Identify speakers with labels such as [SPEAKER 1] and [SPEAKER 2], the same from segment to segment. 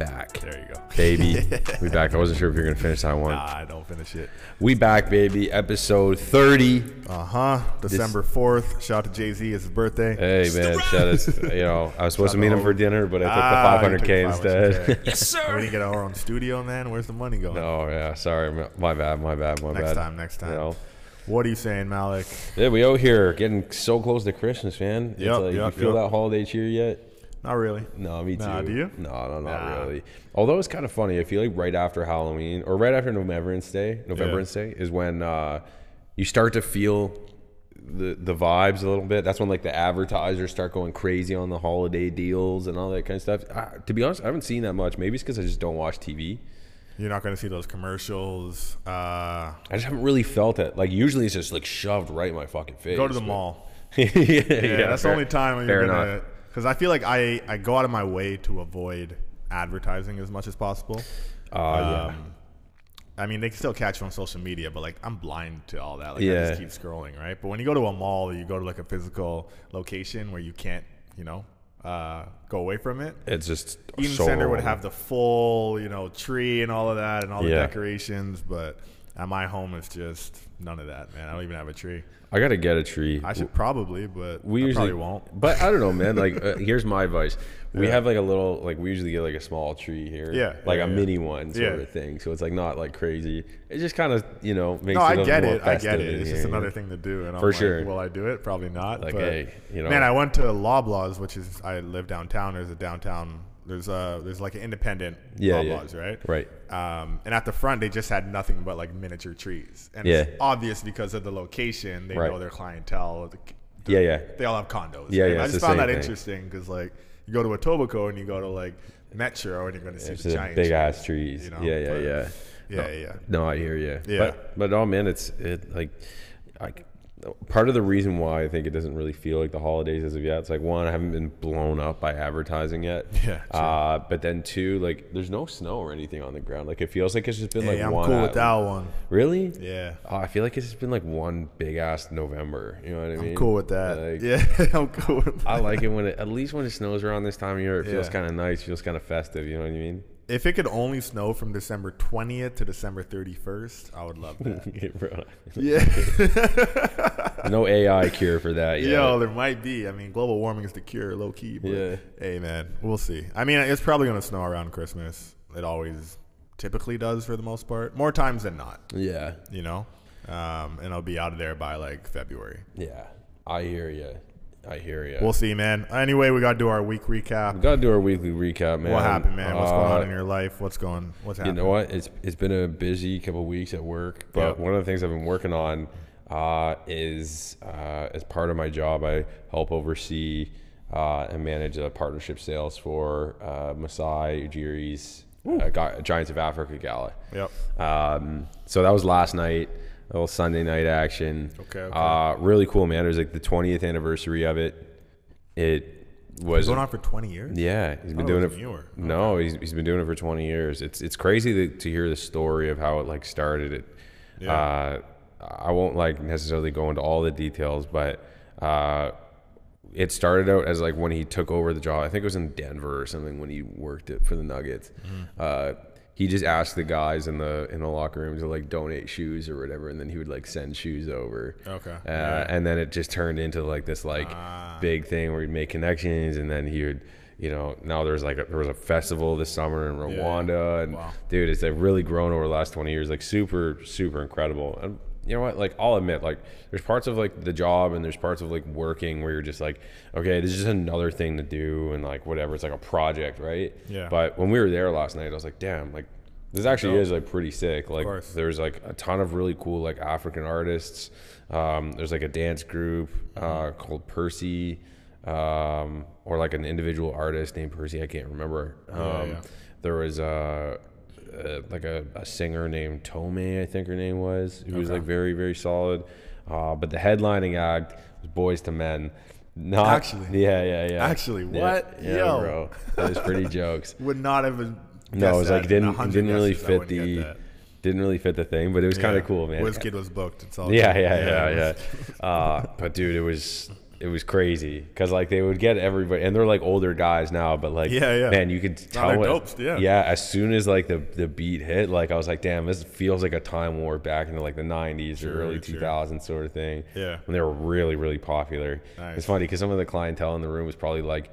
[SPEAKER 1] you go.
[SPEAKER 2] baby. we back. I wasn't sure if you were gonna finish that one.
[SPEAKER 1] Nah, don't finish it.
[SPEAKER 2] We back, baby. Episode thirty.
[SPEAKER 1] Uh huh. December fourth. Shout out to Jay Z. It's his birthday.
[SPEAKER 2] Hey man, shout us. You know, I was supposed to meet him for dinner, but
[SPEAKER 1] Ah,
[SPEAKER 2] I
[SPEAKER 1] you
[SPEAKER 2] took
[SPEAKER 1] took
[SPEAKER 2] the 500k
[SPEAKER 1] 500K.
[SPEAKER 2] instead.
[SPEAKER 3] Yes,
[SPEAKER 1] we
[SPEAKER 3] sir.
[SPEAKER 1] didn't get our own studio, man. Where's the money going?
[SPEAKER 2] oh yeah, sorry. m- My bad. My bad. My
[SPEAKER 1] Next
[SPEAKER 2] bad.
[SPEAKER 1] time, next time.
[SPEAKER 2] You know?
[SPEAKER 1] What are you saying, Malik?
[SPEAKER 2] Yeah, we out here getting so close to Christmas, man. It's
[SPEAKER 1] Yep,
[SPEAKER 2] like,
[SPEAKER 1] yep,
[SPEAKER 2] you feel
[SPEAKER 1] yep.
[SPEAKER 2] that holiday cheer yet?
[SPEAKER 1] Not really.
[SPEAKER 2] No, me too. Mm.
[SPEAKER 1] Nah, do you?
[SPEAKER 2] No, no, not
[SPEAKER 1] Nah.
[SPEAKER 2] really. Although it's kind of funny. I feel like right after Halloween or right after November's Day, November's Day is when uh, you start to feel the the vibes a little bit. That's when like the advertisers start going crazy on the holiday deals and all that kind of stuff. Uh, to be honest, I haven't seen that much. Maybe it's because I just don't watch TV.
[SPEAKER 1] You're not going to see those commercials. Uh,
[SPEAKER 2] I just haven't really felt it. Like usually it's just like shoved right in my fucking face.
[SPEAKER 1] go to the
[SPEAKER 2] but-
[SPEAKER 1] mall.
[SPEAKER 2] yeah,
[SPEAKER 1] Yeah, that's the
[SPEAKER 2] fair-
[SPEAKER 1] only time when
[SPEAKER 2] fair
[SPEAKER 1] you're
[SPEAKER 2] enough.
[SPEAKER 1] going to. Because I feel like I, I go out of my way to avoid advertising as much as possible.
[SPEAKER 2] Uh,
[SPEAKER 1] Um, I mean, they can still catch you on social media, but like I'm blind to all that. Like I
[SPEAKER 2] Yeah.
[SPEAKER 1] just keep scrolling, right? But when you go to a mall, you go to like a physical location where you can't, you know, uh, go away from it.
[SPEAKER 2] yeah. It's just
[SPEAKER 1] Eden
[SPEAKER 2] so
[SPEAKER 1] Center would
[SPEAKER 2] wrong.
[SPEAKER 1] have the full, you know, tree and all of that and all the
[SPEAKER 2] Yeah.
[SPEAKER 1] decorations, but at my home, it's just none of that, man. I don't even have a tree.
[SPEAKER 2] I gotta get a tree.
[SPEAKER 1] I should probably, but
[SPEAKER 2] we
[SPEAKER 1] I
[SPEAKER 2] usually
[SPEAKER 1] probably won't.
[SPEAKER 2] But I don't know, man. Like, uh, here's my advice. We have like a little, like we usually get like a small tree here,
[SPEAKER 1] Yeah,
[SPEAKER 2] like
[SPEAKER 1] yeah,
[SPEAKER 2] a
[SPEAKER 1] yeah.
[SPEAKER 2] mini one sort
[SPEAKER 1] Yeah.
[SPEAKER 2] of thing. So it's like not like crazy. It just kind of you know makes
[SPEAKER 1] No,
[SPEAKER 2] it
[SPEAKER 1] I
[SPEAKER 2] a
[SPEAKER 1] get
[SPEAKER 2] little
[SPEAKER 1] it. I get
[SPEAKER 2] festive
[SPEAKER 1] it.
[SPEAKER 2] in
[SPEAKER 1] It's just
[SPEAKER 2] here.
[SPEAKER 1] another thing to do. And I'm
[SPEAKER 2] For
[SPEAKER 1] like,
[SPEAKER 2] sure.
[SPEAKER 1] Will I do it? Probably not.
[SPEAKER 2] Like,
[SPEAKER 1] but-
[SPEAKER 2] hey, you know.
[SPEAKER 1] Man, I went to Loblaws, which is I live downtown. There's a downtown. There's a there's like an independent
[SPEAKER 2] Yeah, yeah.
[SPEAKER 1] Loblaws, right?
[SPEAKER 2] Right.
[SPEAKER 1] Um, and at the front, they just had nothing but like miniature trees, and it's
[SPEAKER 2] Yeah.
[SPEAKER 1] obvious because of the location. They
[SPEAKER 2] Right.
[SPEAKER 1] know their clientele. The-
[SPEAKER 2] Yeah, yeah.
[SPEAKER 1] They all have condos.
[SPEAKER 2] Yeah,
[SPEAKER 1] right?
[SPEAKER 2] yeah,
[SPEAKER 1] I
[SPEAKER 2] it's
[SPEAKER 1] just
[SPEAKER 2] the
[SPEAKER 1] found
[SPEAKER 2] same
[SPEAKER 1] that
[SPEAKER 2] thing.
[SPEAKER 1] interesting because like you go to Etobicoke and you go to like Metro and you're going to see
[SPEAKER 2] It's
[SPEAKER 1] the
[SPEAKER 2] a
[SPEAKER 1] giant
[SPEAKER 2] big
[SPEAKER 1] trees,
[SPEAKER 2] ass trees.
[SPEAKER 1] you know,
[SPEAKER 2] yeah, yeah,
[SPEAKER 1] but-
[SPEAKER 2] yeah.
[SPEAKER 1] Yeah,
[SPEAKER 2] No,
[SPEAKER 1] yeah.
[SPEAKER 2] No, I hear you.
[SPEAKER 1] Yeah.
[SPEAKER 2] But, but oh man, it's it like, I, part of the reason why I think it doesn't really feel like the holidays as of yet. It's like one, I haven't been blown up by advertising yet.
[SPEAKER 1] Yeah, true.
[SPEAKER 2] Uh, but then two, like there's no snow or anything on the ground. Like it feels like it's just been
[SPEAKER 1] Hey,
[SPEAKER 2] like
[SPEAKER 1] I'm
[SPEAKER 2] one.
[SPEAKER 1] cool
[SPEAKER 2] a-
[SPEAKER 1] with that one.
[SPEAKER 2] Really?
[SPEAKER 1] Yeah.
[SPEAKER 2] Oh, I feel like it's just been like one big ass November. You know what I mean?
[SPEAKER 1] I'm cool with that.
[SPEAKER 2] Like,
[SPEAKER 1] yeah, I'm cool with that.
[SPEAKER 2] I like it when it at least when it snows around this time of year. It feels
[SPEAKER 1] Yeah.
[SPEAKER 2] kind of nice. Feels kind of festive. You know what I mean?
[SPEAKER 1] If it could only snow from December 20th to December 31st, I would love that. yeah.
[SPEAKER 2] no AI cure for that. Yet.
[SPEAKER 1] Yo, there might be. I mean, global warming is the cure, low key. But
[SPEAKER 2] Yeah.
[SPEAKER 1] hey, man, we'll see. I mean, it's probably going to snow around Christmas. It always typically does for the most part, more times than not,
[SPEAKER 2] yeah,
[SPEAKER 1] you know? Um, and I'll be out of there by like February.
[SPEAKER 2] yeah. I hear you. I hear you.
[SPEAKER 1] We'll see, man. Anyway, we got to do our week recap.
[SPEAKER 2] gotta do our weekly recap, man.
[SPEAKER 1] What happened, man? What's going
[SPEAKER 2] Uh,
[SPEAKER 1] on in your life? What's going? What's
[SPEAKER 2] You
[SPEAKER 1] happening?
[SPEAKER 2] know what? It's it's been a busy couple weeks at work, but
[SPEAKER 1] Yeah.
[SPEAKER 2] one of the things I've been working on uh, is uh, as part of my job, I help oversee uh, and manage the partnership sales for uh, Masai Ujiri's uh, Gi- Giants of Africa Gala.
[SPEAKER 1] Yep.
[SPEAKER 2] Um, so that was last night, a little Sunday night action.
[SPEAKER 1] Okay, okay.
[SPEAKER 2] Uh, really cool, man. It was like the 20th anniversary of it. It was
[SPEAKER 1] going on for 20 years? Oh,
[SPEAKER 2] yeah, he's
[SPEAKER 1] it
[SPEAKER 2] been doing it.
[SPEAKER 1] was newer.
[SPEAKER 2] No, he's, he's been doing it for 20 years. It's it's crazy to, to hear the story of how it like started. It. Uh, I won't like necessarily go into all the details, but uh, it started out as like when he took over the job. I think it was in Denver or something when he worked it for the Nuggets.
[SPEAKER 1] Mm-hmm.
[SPEAKER 2] Uh, he just asked the guys in the in the locker room to like donate shoes or whatever, and then he would like send shoes over.
[SPEAKER 1] Okay.
[SPEAKER 2] Uh,
[SPEAKER 1] Yeah. Ah.
[SPEAKER 2] And then it just turned into like this like big thing where he'd make connections, and then he would, you know, now there's like a, there was a festival this summer in Rwanda, and
[SPEAKER 1] Wow.
[SPEAKER 2] dude, it's like really grown over the last 20 years, like super super incredible. And you know what? Like I'll admit, like there's parts of like the job and there's parts of like working where you're just like, okay, this is just another thing to do, and like whatever, it's like a project, right?
[SPEAKER 1] Yeah.
[SPEAKER 2] But when we were there last night, I was like, damn, like. This actually is like pretty sick. Like
[SPEAKER 1] course.
[SPEAKER 2] there's like a ton of really cool like African artists. Um, there's like a dance group uh,
[SPEAKER 1] Mm-hmm.
[SPEAKER 2] called Percy, um, or like an individual artist named Percy. I can't remember. Um,
[SPEAKER 1] yeah.
[SPEAKER 2] There was uh, uh, like a, a singer named Tome, I think her name was, who was like very very solid. Uh, but the headlining act was Boys to Men. Not
[SPEAKER 1] Actually.
[SPEAKER 2] yeah, yeah, yeah.
[SPEAKER 1] Actually,
[SPEAKER 2] Yeah,
[SPEAKER 1] what?
[SPEAKER 2] Yeah,
[SPEAKER 1] Yo.
[SPEAKER 2] bro, that was pretty jokes.
[SPEAKER 1] Would not have. guessed
[SPEAKER 2] No, it was
[SPEAKER 1] that
[SPEAKER 2] like
[SPEAKER 1] in
[SPEAKER 2] didn't
[SPEAKER 1] 100
[SPEAKER 2] didn't really
[SPEAKER 1] guesses. I
[SPEAKER 2] fit
[SPEAKER 1] wouldn't get
[SPEAKER 2] the
[SPEAKER 1] that.
[SPEAKER 2] didn't really fit the thing, but it was kind
[SPEAKER 1] Yeah.
[SPEAKER 2] of cool, man.
[SPEAKER 1] Wizkid was booked. It's all
[SPEAKER 2] Yeah,
[SPEAKER 1] good.
[SPEAKER 2] yeah, yeah,
[SPEAKER 1] it
[SPEAKER 2] yeah.
[SPEAKER 1] was-
[SPEAKER 2] Uh, but dude, it was it was crazy because like they would get everybody, and they're like older guys now, but like
[SPEAKER 1] Yeah, yeah.
[SPEAKER 2] man, you could tell
[SPEAKER 1] they're
[SPEAKER 2] it-
[SPEAKER 1] dopes, yeah.
[SPEAKER 2] As soon as like the the beat hit, like I was like, damn, this feels like a time warp back into like the '90s or
[SPEAKER 1] Sure,
[SPEAKER 2] early
[SPEAKER 1] sure.
[SPEAKER 2] 2000s sort of thing.
[SPEAKER 1] Yeah.
[SPEAKER 2] when they were really really popular.
[SPEAKER 1] Nice.
[SPEAKER 2] It's funny because some of the clientele in the room was probably like.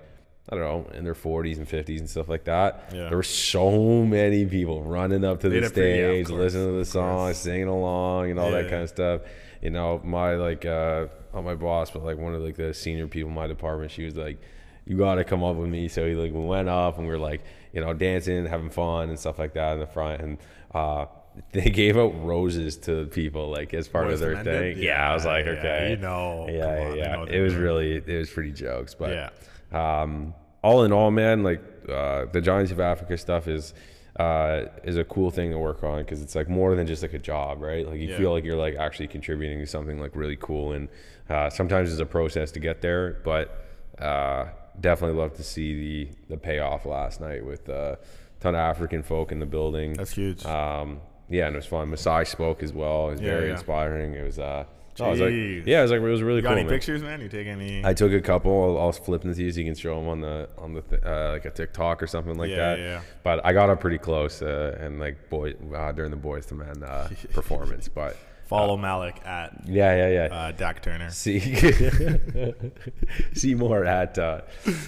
[SPEAKER 2] I don't know, in their 40s and 50s and stuff like that.
[SPEAKER 1] Yeah.
[SPEAKER 2] There were so many people running up to the
[SPEAKER 1] They'd have to- yeah, of
[SPEAKER 2] stage,
[SPEAKER 1] course,
[SPEAKER 2] listening to the song, singing along, and all that
[SPEAKER 1] Yeah.
[SPEAKER 2] kind of stuff. You know, my like uh not my boss, but like one of like the senior people in my department, she was like, You gotta come up with me. So he like we went up and we were like, you know, dancing, having fun and stuff like that in the front and uh they gave out roses to people like as part
[SPEAKER 1] Boyz
[SPEAKER 2] of their
[SPEAKER 1] II Men
[SPEAKER 2] thing.
[SPEAKER 1] did?
[SPEAKER 2] Yeah, I was
[SPEAKER 1] Yeah,
[SPEAKER 2] like,
[SPEAKER 1] yeah,
[SPEAKER 2] okay,
[SPEAKER 1] you know, come
[SPEAKER 2] yeah,
[SPEAKER 1] on, they know
[SPEAKER 2] yeah.
[SPEAKER 1] what
[SPEAKER 2] It
[SPEAKER 1] they're
[SPEAKER 2] was
[SPEAKER 1] doing.
[SPEAKER 2] really, it was pretty jokes, but
[SPEAKER 1] Yeah.
[SPEAKER 2] um, all in all, man, like uh, the Giants of Africa stuff is uh, is a cool thing to work on because it's like more than just like a job, right? Like you
[SPEAKER 1] Yeah.
[SPEAKER 2] feel like you're like actually contributing to something like really cool, and uh, sometimes it's a process to get there, but uh, definitely love to see the the payoff last night with uh, ton of African folk in the building.
[SPEAKER 1] That's huge.
[SPEAKER 2] Um, yeah, and it was fun. Masai spoke as well. It was
[SPEAKER 1] Yeah,
[SPEAKER 2] very
[SPEAKER 1] yeah.
[SPEAKER 2] inspiring. It was uh, no, it was like,
[SPEAKER 1] Jeez.
[SPEAKER 2] yeah, it was like it was really
[SPEAKER 1] you got
[SPEAKER 2] cool.
[SPEAKER 1] any
[SPEAKER 2] man.
[SPEAKER 1] pictures, man? You take any?
[SPEAKER 2] I uh, took a couple. I'll, I'll flip them to you so you can show them on the on the th- uh, like a TikTok or something like
[SPEAKER 1] Yeah,
[SPEAKER 2] that.
[SPEAKER 1] yeah, yeah.
[SPEAKER 2] But I got up pretty close uh, and like boy uh, during the boys to men uh, performance. But
[SPEAKER 1] Follow Malik at
[SPEAKER 2] yeah, yeah, yeah.
[SPEAKER 1] uh, Dak Turner.
[SPEAKER 2] see see more at uh,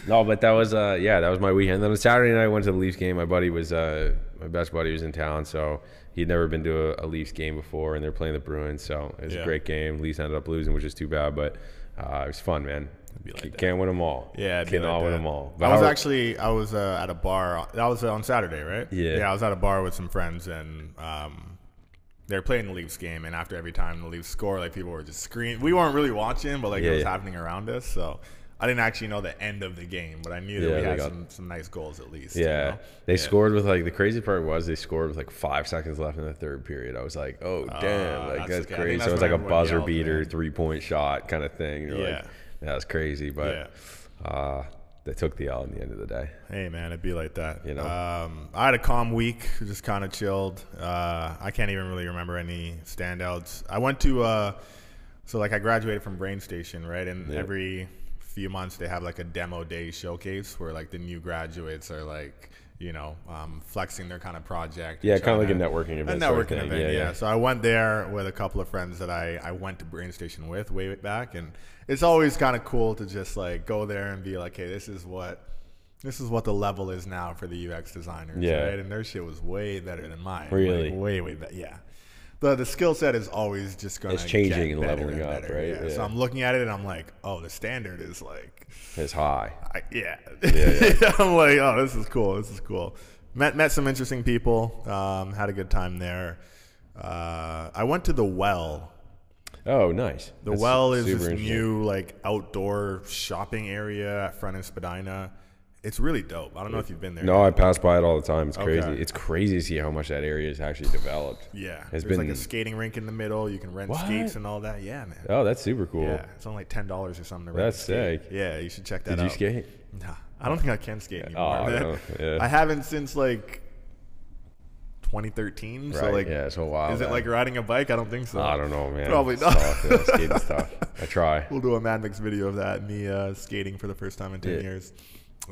[SPEAKER 2] no, but that was uh yeah that was my weekend. Then on Saturday night I went to the Leafs game. My buddy was uh my best buddy was in town, so he'd never been to a, a Leafs game before, and they're playing the Bruins, so it was
[SPEAKER 1] Yeah.
[SPEAKER 2] a great game. Leafs ended up losing, which is too bad, but uh, it was fun, man.
[SPEAKER 1] be like
[SPEAKER 2] C-
[SPEAKER 1] that.
[SPEAKER 2] can't win them all.
[SPEAKER 1] Yeah, it'd be
[SPEAKER 2] cannot
[SPEAKER 1] like
[SPEAKER 2] win
[SPEAKER 1] that.
[SPEAKER 2] them all.
[SPEAKER 1] I was
[SPEAKER 2] Howard-
[SPEAKER 1] actually I was uh, at a bar. That was uh, on Saturday, right?
[SPEAKER 2] Yeah.
[SPEAKER 1] Yeah, I was at a bar with some friends, and um, they were playing the Leafs game. And after every time the Leafs score, like people were just screaming. We weren't really watching, but like
[SPEAKER 2] Yeah,
[SPEAKER 1] it was
[SPEAKER 2] yeah.
[SPEAKER 1] happening around us. So I didn't actually know the end of the game, but I knew that
[SPEAKER 2] Yeah,
[SPEAKER 1] we
[SPEAKER 2] they
[SPEAKER 1] had
[SPEAKER 2] got-
[SPEAKER 1] some, some nice goals at least. you
[SPEAKER 2] Yeah,
[SPEAKER 1] know?
[SPEAKER 2] they scored with like the crazy part was they scored with like five seconds left in the third period. I was like, oh damn, like
[SPEAKER 1] Ah, that's
[SPEAKER 2] that's
[SPEAKER 1] okay. I think
[SPEAKER 2] crazy.
[SPEAKER 1] that's
[SPEAKER 2] so it
[SPEAKER 1] when
[SPEAKER 2] was like a
[SPEAKER 1] everyone
[SPEAKER 2] buzzer
[SPEAKER 1] yelled,
[SPEAKER 2] beater,
[SPEAKER 1] man.
[SPEAKER 2] three point shot kind of thing. You're
[SPEAKER 1] Yeah.
[SPEAKER 2] like, that was crazy, but uh, they took the L in the end of the day.
[SPEAKER 1] Hey man, it'd be like that.
[SPEAKER 2] You know?
[SPEAKER 1] um, I had a calm week, just kind of chilled. Uh, I can't even really remember any standouts. I went to uh, so like I graduated from Brain Station, right? And
[SPEAKER 2] Yeah.
[SPEAKER 1] every few months they have like a demo day showcase where like the new graduates are like you know um, flexing their kind of project. and
[SPEAKER 2] Yeah, kinda
[SPEAKER 1] trying
[SPEAKER 2] like a networking event
[SPEAKER 1] A
[SPEAKER 2] sort of
[SPEAKER 1] networking
[SPEAKER 2] thing.
[SPEAKER 1] event,
[SPEAKER 2] Yeah,
[SPEAKER 1] yeah,
[SPEAKER 2] yeah.
[SPEAKER 1] So I went there with a couple of friends that I I went to Brain Station with way back, and it's always kind of cool to just like go there and be like, hey, this is what this is what the level is now for the UX designers,
[SPEAKER 2] Yeah.
[SPEAKER 1] right? And their shit was way better than mine.
[SPEAKER 2] Really?
[SPEAKER 1] Like, way, way better. Yeah. The, the skill set is always just going to
[SPEAKER 2] It's changing and leveling up, right?
[SPEAKER 1] Yeah.
[SPEAKER 2] Yeah.
[SPEAKER 1] So I'm looking at it and I'm like, oh, the standard is like,
[SPEAKER 2] It's high.
[SPEAKER 1] I, yeah. I'm like, oh, this is cool. This is cool. Met met some interesting people. Um, had a good time there. Uh, I went to the well.
[SPEAKER 2] Oh, nice.
[SPEAKER 1] The
[SPEAKER 2] That's
[SPEAKER 1] well is
[SPEAKER 2] super
[SPEAKER 1] this
[SPEAKER 2] interesting.
[SPEAKER 1] new like outdoor shopping area at front of Spadina. It's really dope. I don't know if you've been there.
[SPEAKER 2] No, I pass by it all the time. It's
[SPEAKER 1] Okay.
[SPEAKER 2] crazy. It's crazy to see how much that area is actually developed.
[SPEAKER 1] Yeah,
[SPEAKER 2] It's
[SPEAKER 1] there's like
[SPEAKER 2] been-
[SPEAKER 1] a skating rink in the middle. You can rent
[SPEAKER 2] What?
[SPEAKER 1] skates and all that. Yeah, man.
[SPEAKER 2] Oh, that's super cool.
[SPEAKER 1] Yeah, it's only like ten dollars or something. To rent a
[SPEAKER 2] That's
[SPEAKER 1] skate.
[SPEAKER 2] sick.
[SPEAKER 1] Yeah, you should check that
[SPEAKER 2] Did
[SPEAKER 1] out.
[SPEAKER 2] you skate?
[SPEAKER 1] Nah, I don't think I can skate anymore.
[SPEAKER 2] Oh,
[SPEAKER 1] man.
[SPEAKER 2] no, yeah.
[SPEAKER 1] I haven't since like 2013. So
[SPEAKER 2] Right,
[SPEAKER 1] like,
[SPEAKER 2] yeah, it's a while
[SPEAKER 1] Is it
[SPEAKER 2] back.
[SPEAKER 1] like riding a bike? I don't think so.
[SPEAKER 2] I don't know, man.
[SPEAKER 1] Probably
[SPEAKER 2] It's
[SPEAKER 1] not.
[SPEAKER 2] tough, yeah, skating's tough. I try.
[SPEAKER 1] We'll do a Mad Mix video of that. Me uh, skating for the first time in ten
[SPEAKER 2] Yeah.
[SPEAKER 1] years.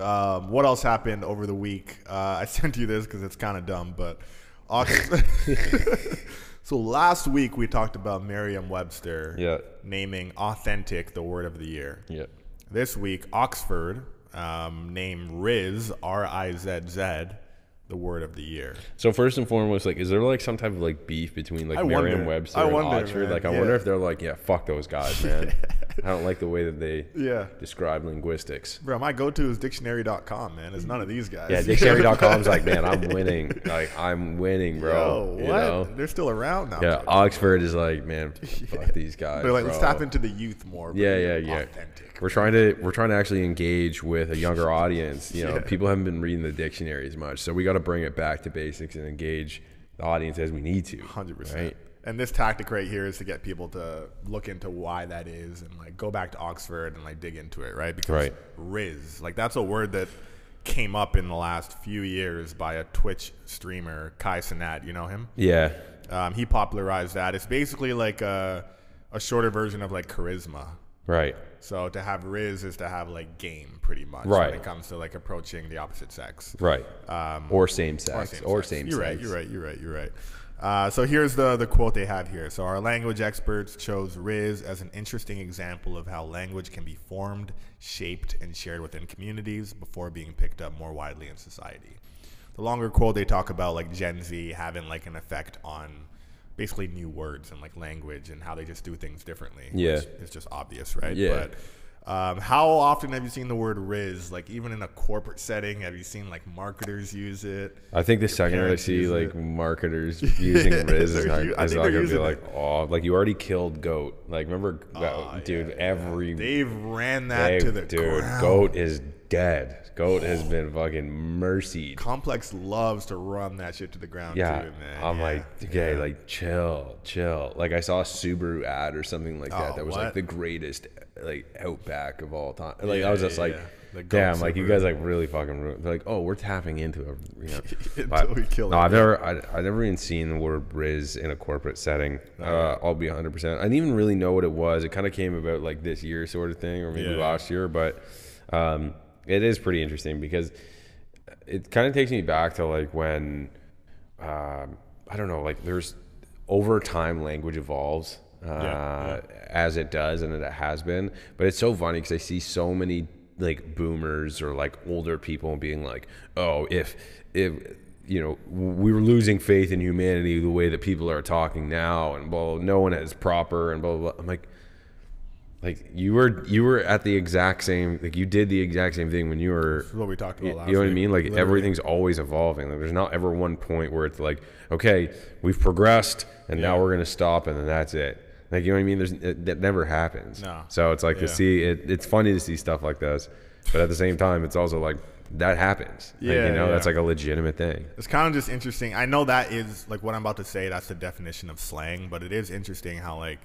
[SPEAKER 1] Um, what else happened over the week? Uh, I sent you this because it's kind of dumb, but Ox- so last week we talked about Merriam-Webster
[SPEAKER 2] Yeah.
[SPEAKER 1] naming "authentic" the word of the year.
[SPEAKER 2] Yeah.
[SPEAKER 1] This week, Oxford um, named Riz R I Z Z the word of the year.
[SPEAKER 2] So first and foremost, like, is there like some type of like beef between like
[SPEAKER 1] I wonder.
[SPEAKER 2] Merriam-Webster
[SPEAKER 1] I
[SPEAKER 2] and
[SPEAKER 1] wonder,
[SPEAKER 2] Oxford?
[SPEAKER 1] man.
[SPEAKER 2] Like, I
[SPEAKER 1] Yeah.
[SPEAKER 2] wonder if they're like, yeah, fuck those guys, man. I don't like the way that they
[SPEAKER 1] Yeah.
[SPEAKER 2] describe linguistics.
[SPEAKER 1] Bro, my go-to is dictionary.com, man. It's none of these guys.
[SPEAKER 2] Yeah, dictionary.com's like, man, I'm winning. Like, I'm winning, bro.
[SPEAKER 1] Yo,
[SPEAKER 2] you
[SPEAKER 1] what?
[SPEAKER 2] know?
[SPEAKER 1] They're still around now.
[SPEAKER 2] Yeah, Oxford is like, man, fuck these guys.
[SPEAKER 1] They're like, let's
[SPEAKER 2] bro.
[SPEAKER 1] tap into the youth more. bro.
[SPEAKER 2] Yeah, yeah, yeah.
[SPEAKER 1] Authentic.
[SPEAKER 2] We're trying to we're trying to actually engage with a younger audience. You know,
[SPEAKER 1] Yeah.
[SPEAKER 2] people haven't been reading the dictionary as much, so we got to bring it back to basics and engage the audience as we need to.
[SPEAKER 1] 100%.
[SPEAKER 2] Right?
[SPEAKER 1] And this tactic right here is to get people to look into why that is and like go back to Oxford and like dig into it, right? Because
[SPEAKER 2] Right.
[SPEAKER 1] Riz, like that's a word that came up in the last few years by a Twitch streamer, Kai Sinat. You know him?
[SPEAKER 2] Yeah.
[SPEAKER 1] Um, he popularized that. It's basically like a, a shorter version of like charisma.
[SPEAKER 2] Right.
[SPEAKER 1] So to have Riz is to have like game pretty much
[SPEAKER 2] Right.
[SPEAKER 1] when it comes to like approaching the opposite sex.
[SPEAKER 2] Right.
[SPEAKER 1] Um,
[SPEAKER 2] or same sex.
[SPEAKER 1] same
[SPEAKER 2] Or
[SPEAKER 1] sex.
[SPEAKER 2] same
[SPEAKER 1] you're
[SPEAKER 2] sex.
[SPEAKER 1] right. You're right. You're right. You're right. Uh, so here's the the quote they had here. So our language experts chose Riz as an interesting example of how language can be formed, shaped, and shared within communities before being picked up more widely in society. The longer quote they talk about like Gen Z having like an effect on basically new words and like language and how they just do things differently.
[SPEAKER 2] Yeah.
[SPEAKER 1] which is just obvious, right?
[SPEAKER 2] Yeah.
[SPEAKER 1] But um, how often have you seen the word Riz? Like even in a corporate setting, have you seen like marketers use it?
[SPEAKER 2] I think the second I
[SPEAKER 1] parents
[SPEAKER 2] see
[SPEAKER 1] use
[SPEAKER 2] like marketers using Riz, is
[SPEAKER 1] They're
[SPEAKER 2] not,
[SPEAKER 1] u- I
[SPEAKER 2] is
[SPEAKER 1] think
[SPEAKER 2] not
[SPEAKER 1] they're
[SPEAKER 2] gonna be
[SPEAKER 1] using Oh,
[SPEAKER 2] like, oh, like you already killed goat. Like remember,
[SPEAKER 1] yeah,
[SPEAKER 2] dude, every
[SPEAKER 1] They've ran that
[SPEAKER 2] day-
[SPEAKER 1] to the
[SPEAKER 2] dude,
[SPEAKER 1] ground.
[SPEAKER 2] goat is dead. Goat has been fucking mercied.
[SPEAKER 1] Complex loves to run that shit to the ground
[SPEAKER 2] Yeah,
[SPEAKER 1] too, man.
[SPEAKER 2] I'm
[SPEAKER 1] Yeah.
[SPEAKER 2] like, okay, like chill, chill. Like I saw a Subaru ad or something like that
[SPEAKER 1] Oh,
[SPEAKER 2] that was
[SPEAKER 1] what?
[SPEAKER 2] like the greatest like Outback of all time. Like
[SPEAKER 1] Yeah,
[SPEAKER 2] I was just
[SPEAKER 1] yeah,
[SPEAKER 2] like,
[SPEAKER 1] yeah. The gold
[SPEAKER 2] damn, like you
[SPEAKER 1] Subaru.
[SPEAKER 2] guys like really fucking ruined. Like oh, we're tapping into a, you know.
[SPEAKER 1] Until we kill
[SPEAKER 2] no,
[SPEAKER 1] it.
[SPEAKER 2] I've never, I, I've never even seen the word Riz in a corporate setting.
[SPEAKER 1] Oh,
[SPEAKER 2] Uh, I'll be 100. percent I didn't even really know what it was. It kind of came about like this year, sort of thing, or maybe
[SPEAKER 1] Yeah.
[SPEAKER 2] last year. But um, it is pretty interesting because it kind of takes me back to like when um, I don't know, like there's over time language evolves uh,
[SPEAKER 1] Yeah,
[SPEAKER 2] as it does and it has been. But it's so funny because I see so many like boomers or like older people being like, oh, if, if, you know, we were losing faith in humanity the way that people are talking now, and well, no one is proper, and blah blah. blah. I'm like, like you were you were at the exact same like you did the exact same thing when you were
[SPEAKER 1] That's what we talked about
[SPEAKER 2] you
[SPEAKER 1] last
[SPEAKER 2] know what I
[SPEAKER 1] week,
[SPEAKER 2] mean? Like
[SPEAKER 1] literally.
[SPEAKER 2] everything's always evolving. Like, there's not ever one point where it's like, okay, we've progressed and now
[SPEAKER 1] Yeah.
[SPEAKER 2] we're gonna stop and then that's it. Like you know what I mean? There's it, that never happens.
[SPEAKER 1] No.
[SPEAKER 2] So it's like
[SPEAKER 1] Yeah.
[SPEAKER 2] to see it. It's funny to see stuff like this, but at the same time, it's also like that happens. Like,
[SPEAKER 1] Yeah,
[SPEAKER 2] you know, that's
[SPEAKER 1] yeah.
[SPEAKER 2] like a legitimate thing.
[SPEAKER 1] It's kind of just interesting. I know that is like what I'm about to say. That's the definition of slang, but it is interesting how like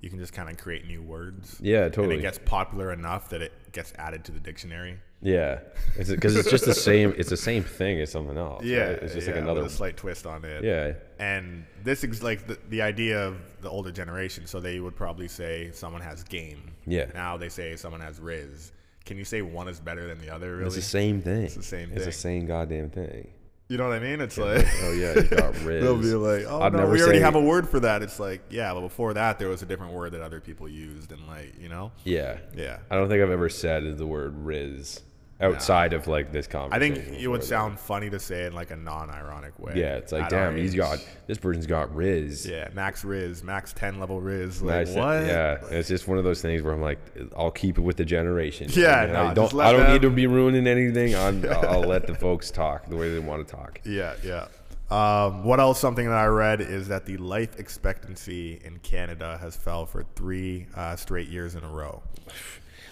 [SPEAKER 1] you can just kind of create new words.
[SPEAKER 2] Yeah,
[SPEAKER 1] And
[SPEAKER 2] totally.
[SPEAKER 1] it gets popular enough that it gets added to the dictionary.
[SPEAKER 2] Yeah, because it's, just the same. It's the same thing as something else.
[SPEAKER 1] Yeah,
[SPEAKER 2] right? it's just
[SPEAKER 1] yeah,
[SPEAKER 2] like another.
[SPEAKER 1] with a slight twist on it.
[SPEAKER 2] Yeah,
[SPEAKER 1] And this is like the, the idea of the older generation. So they would probably say someone has game.
[SPEAKER 2] Yeah.
[SPEAKER 1] Now they say someone has Riz. Can you say one is better than the other? Really?
[SPEAKER 2] it's the same thing. It's
[SPEAKER 1] the same
[SPEAKER 2] It's the
[SPEAKER 1] thing.
[SPEAKER 2] same goddamn thing.
[SPEAKER 1] you know what I mean? It's like
[SPEAKER 2] Oh yeah, you got Riz.
[SPEAKER 1] they'll be like, "Oh
[SPEAKER 2] I'd
[SPEAKER 1] no,
[SPEAKER 2] never
[SPEAKER 1] we already
[SPEAKER 2] say-
[SPEAKER 1] have a word for that." It's like, yeah, but before that, there was a different word that other people used, and like, you know,
[SPEAKER 2] Yeah.
[SPEAKER 1] yeah.
[SPEAKER 2] I don't think I've ever said the word Riz outside of like this
[SPEAKER 1] I
[SPEAKER 2] conversation.
[SPEAKER 1] think it would
[SPEAKER 2] before,
[SPEAKER 1] sound funny to say in like a non-ironic way.
[SPEAKER 2] though. Yeah, it's like
[SPEAKER 1] At our
[SPEAKER 2] damn, he's
[SPEAKER 1] age.
[SPEAKER 2] got this person's got Riz.
[SPEAKER 1] yeah, max Riz, max ten level Riz.
[SPEAKER 2] And I
[SPEAKER 1] Like
[SPEAKER 2] said-
[SPEAKER 1] what?
[SPEAKER 2] Yeah, and it's just one of those things where I'm like, I'll keep it with the generation.
[SPEAKER 1] Yeah,
[SPEAKER 2] And
[SPEAKER 1] no,
[SPEAKER 2] I
[SPEAKER 1] just
[SPEAKER 2] don't.
[SPEAKER 1] let
[SPEAKER 2] I don't need to
[SPEAKER 1] them-
[SPEAKER 2] be ruining anything. I'm, I'll let the folks talk the way they want to talk.
[SPEAKER 1] Yeah, yeah. Um, what else? Something that I read is that the life expectancy in Canada has fell for three uh, straight years in a row.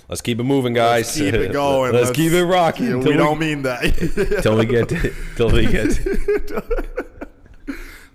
[SPEAKER 2] Let's keep it moving, guys.
[SPEAKER 1] Let's keep it going.
[SPEAKER 2] Let's, keep it rocking.
[SPEAKER 1] Yeah,
[SPEAKER 2] till
[SPEAKER 1] we don't mean that.
[SPEAKER 2] till we get to, till we get. to-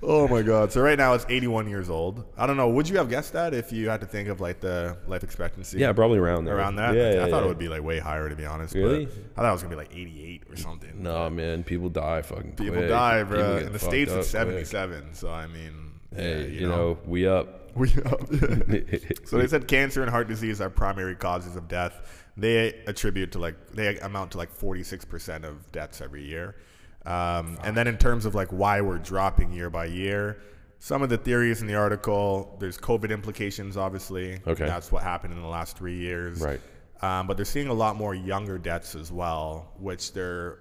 [SPEAKER 1] oh my god! So right now it's 81 years old. I don't know. Would you have guessed that if you had to think of like the life expectancy?
[SPEAKER 2] yeah, probably around there.
[SPEAKER 1] around that.
[SPEAKER 2] Yeah,
[SPEAKER 1] Like,
[SPEAKER 2] yeah
[SPEAKER 1] I thought
[SPEAKER 2] yeah.
[SPEAKER 1] it would be like way higher to be honest.
[SPEAKER 2] Really?
[SPEAKER 1] But I thought it was gonna be like 88 or something.
[SPEAKER 2] No, man, people die fucking.
[SPEAKER 1] People
[SPEAKER 2] quick.
[SPEAKER 1] die, bro.
[SPEAKER 2] get
[SPEAKER 1] In the
[SPEAKER 2] fucked
[SPEAKER 1] states
[SPEAKER 2] up
[SPEAKER 1] it's
[SPEAKER 2] quick.
[SPEAKER 1] 77. So I mean,
[SPEAKER 2] Hey,
[SPEAKER 1] yeah,
[SPEAKER 2] you, know, we up.
[SPEAKER 1] We so they said cancer and heart disease are primary causes of death. They attribute to like they amount to like forty six percent of deaths every year. Um, and then in terms of like why we're dropping year by year, some of the theories in the article there's COVID implications. Obviously,
[SPEAKER 2] Okay.
[SPEAKER 1] that's what happened in the last three years.
[SPEAKER 2] Right.
[SPEAKER 1] Um, but they're seeing a lot more younger deaths as well, which they're.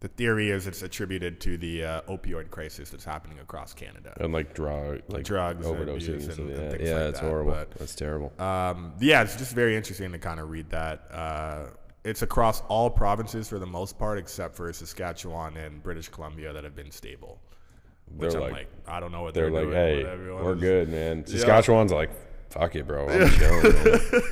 [SPEAKER 1] The theory is it's attributed to the uh, opioid crisis that's happening across Canada.
[SPEAKER 2] and like drug, like
[SPEAKER 1] Drugs and
[SPEAKER 2] overdoses,
[SPEAKER 1] abuse
[SPEAKER 2] and,
[SPEAKER 1] and-
[SPEAKER 2] yeah,
[SPEAKER 1] and things
[SPEAKER 2] yeah,
[SPEAKER 1] like
[SPEAKER 2] it's
[SPEAKER 1] that,
[SPEAKER 2] horrible.
[SPEAKER 1] but-
[SPEAKER 2] That's terrible.
[SPEAKER 1] Um, yeah, it's just very interesting to kind of read that. Uh, it's across all provinces for the most part, except for Saskatchewan and British Columbia that have been stable. Which
[SPEAKER 2] They're
[SPEAKER 1] I'm
[SPEAKER 2] like-
[SPEAKER 1] like, I don't know what
[SPEAKER 2] They're
[SPEAKER 1] they're,
[SPEAKER 2] like,
[SPEAKER 1] doing.
[SPEAKER 2] hey,
[SPEAKER 1] but everyone
[SPEAKER 2] we're
[SPEAKER 1] is-
[SPEAKER 2] good, man. Saskatchewan's like, fuck it, bro. I'm chilling. man.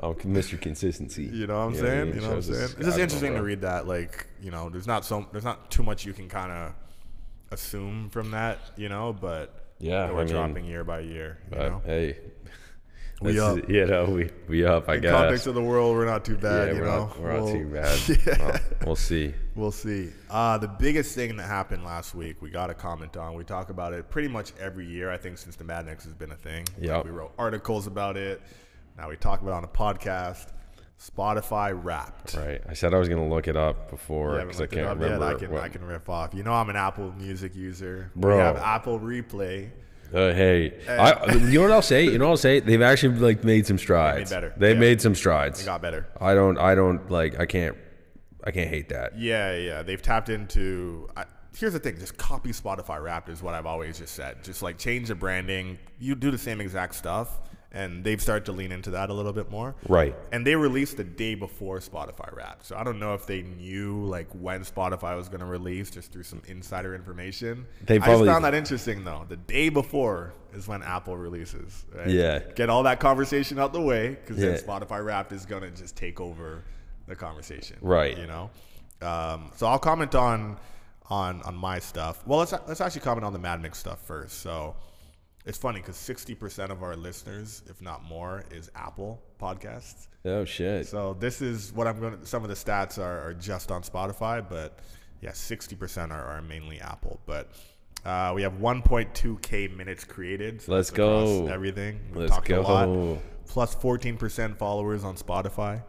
[SPEAKER 2] I'll miss your consistency.
[SPEAKER 1] You know what I'm
[SPEAKER 2] Yeah,
[SPEAKER 1] saying?
[SPEAKER 2] yeah,
[SPEAKER 1] You know what I'm
[SPEAKER 2] shows us
[SPEAKER 1] saying? It's just
[SPEAKER 2] Saskatchewan,
[SPEAKER 1] interesting to
[SPEAKER 2] bro.
[SPEAKER 1] read that. Like, you know, there's not so there's not too much you can kind of assume from that, you know. But
[SPEAKER 2] Yeah,
[SPEAKER 1] that
[SPEAKER 2] I
[SPEAKER 1] we're
[SPEAKER 2] mean,
[SPEAKER 1] dropping year by year. You
[SPEAKER 2] But
[SPEAKER 1] know,
[SPEAKER 2] hey,
[SPEAKER 1] We
[SPEAKER 2] this is-
[SPEAKER 1] up.
[SPEAKER 2] You know, we we up. I
[SPEAKER 1] in
[SPEAKER 2] guess.
[SPEAKER 1] context of the world, we're not too
[SPEAKER 2] Yeah,
[SPEAKER 1] bad. you
[SPEAKER 2] we're
[SPEAKER 1] know,
[SPEAKER 2] not, we're not
[SPEAKER 1] We'll-
[SPEAKER 2] too bad.
[SPEAKER 1] Yeah.
[SPEAKER 2] Well, we'll see.
[SPEAKER 1] We'll see. Uh, the biggest thing that happened last week, we got a comment on. We talk about it pretty much every year, I think, since the Madnex has been a thing. Like,
[SPEAKER 2] Yep.
[SPEAKER 1] we wrote articles about it. Now we talk about it on a podcast, Spotify Wrapped.
[SPEAKER 2] Right. I said I was going to look it up
[SPEAKER 1] You
[SPEAKER 2] before
[SPEAKER 1] haven't
[SPEAKER 2] because I
[SPEAKER 1] looked it
[SPEAKER 2] can't
[SPEAKER 1] up yet.
[SPEAKER 2] remember.
[SPEAKER 1] I can,
[SPEAKER 2] what-
[SPEAKER 1] I can rip off. You know I'm an Apple Music user.
[SPEAKER 2] Bro.
[SPEAKER 1] We have Apple Replay.
[SPEAKER 2] Uh, hey, I, you know what I'll say? You know what I'll say? They've actually like made some strides.
[SPEAKER 1] better.
[SPEAKER 2] They've
[SPEAKER 1] Yeah.
[SPEAKER 2] made some strides.
[SPEAKER 1] It got better.
[SPEAKER 2] I don't. I don't like. I can't. I can't hate that.
[SPEAKER 1] Yeah, yeah. They've tapped into. I, here's the thing: just copy Spotify Wrapped is what I've always just said. Just like change the branding. You do the same exact stuff, and they've started to lean into that a little bit more.
[SPEAKER 2] Right.
[SPEAKER 1] And they released the day before Spotify Wrapped, so I don't know if they knew like when Spotify was going to release, just through some insider information.
[SPEAKER 2] They
[SPEAKER 1] I
[SPEAKER 2] probably-
[SPEAKER 1] just found that interesting though. The day before is when Apple releases. Right?
[SPEAKER 2] Yeah.
[SPEAKER 1] Get all that conversation out the way because
[SPEAKER 2] Yeah.
[SPEAKER 1] then Spotify Wrapped is going to just take over the conversation.
[SPEAKER 2] Right.
[SPEAKER 1] You know. Um, so I'll comment on on on my stuff. Well, let's let's actually comment on the Mad Mix stuff first. So it's funny because sixty percent of our listeners, if not more, is Apple podcasts.
[SPEAKER 2] Oh shit.
[SPEAKER 1] So this is what I'm going. to Some of the stats are, are just on Spotify, but yeah, sixty percent are, are mainly Apple. But uh, we have 1.2k minutes created. So
[SPEAKER 2] Let's
[SPEAKER 1] that's across
[SPEAKER 2] go.
[SPEAKER 1] Everything. We
[SPEAKER 2] Let's
[SPEAKER 1] talked a lot.
[SPEAKER 2] go.
[SPEAKER 1] Plus 14% followers on Spotify.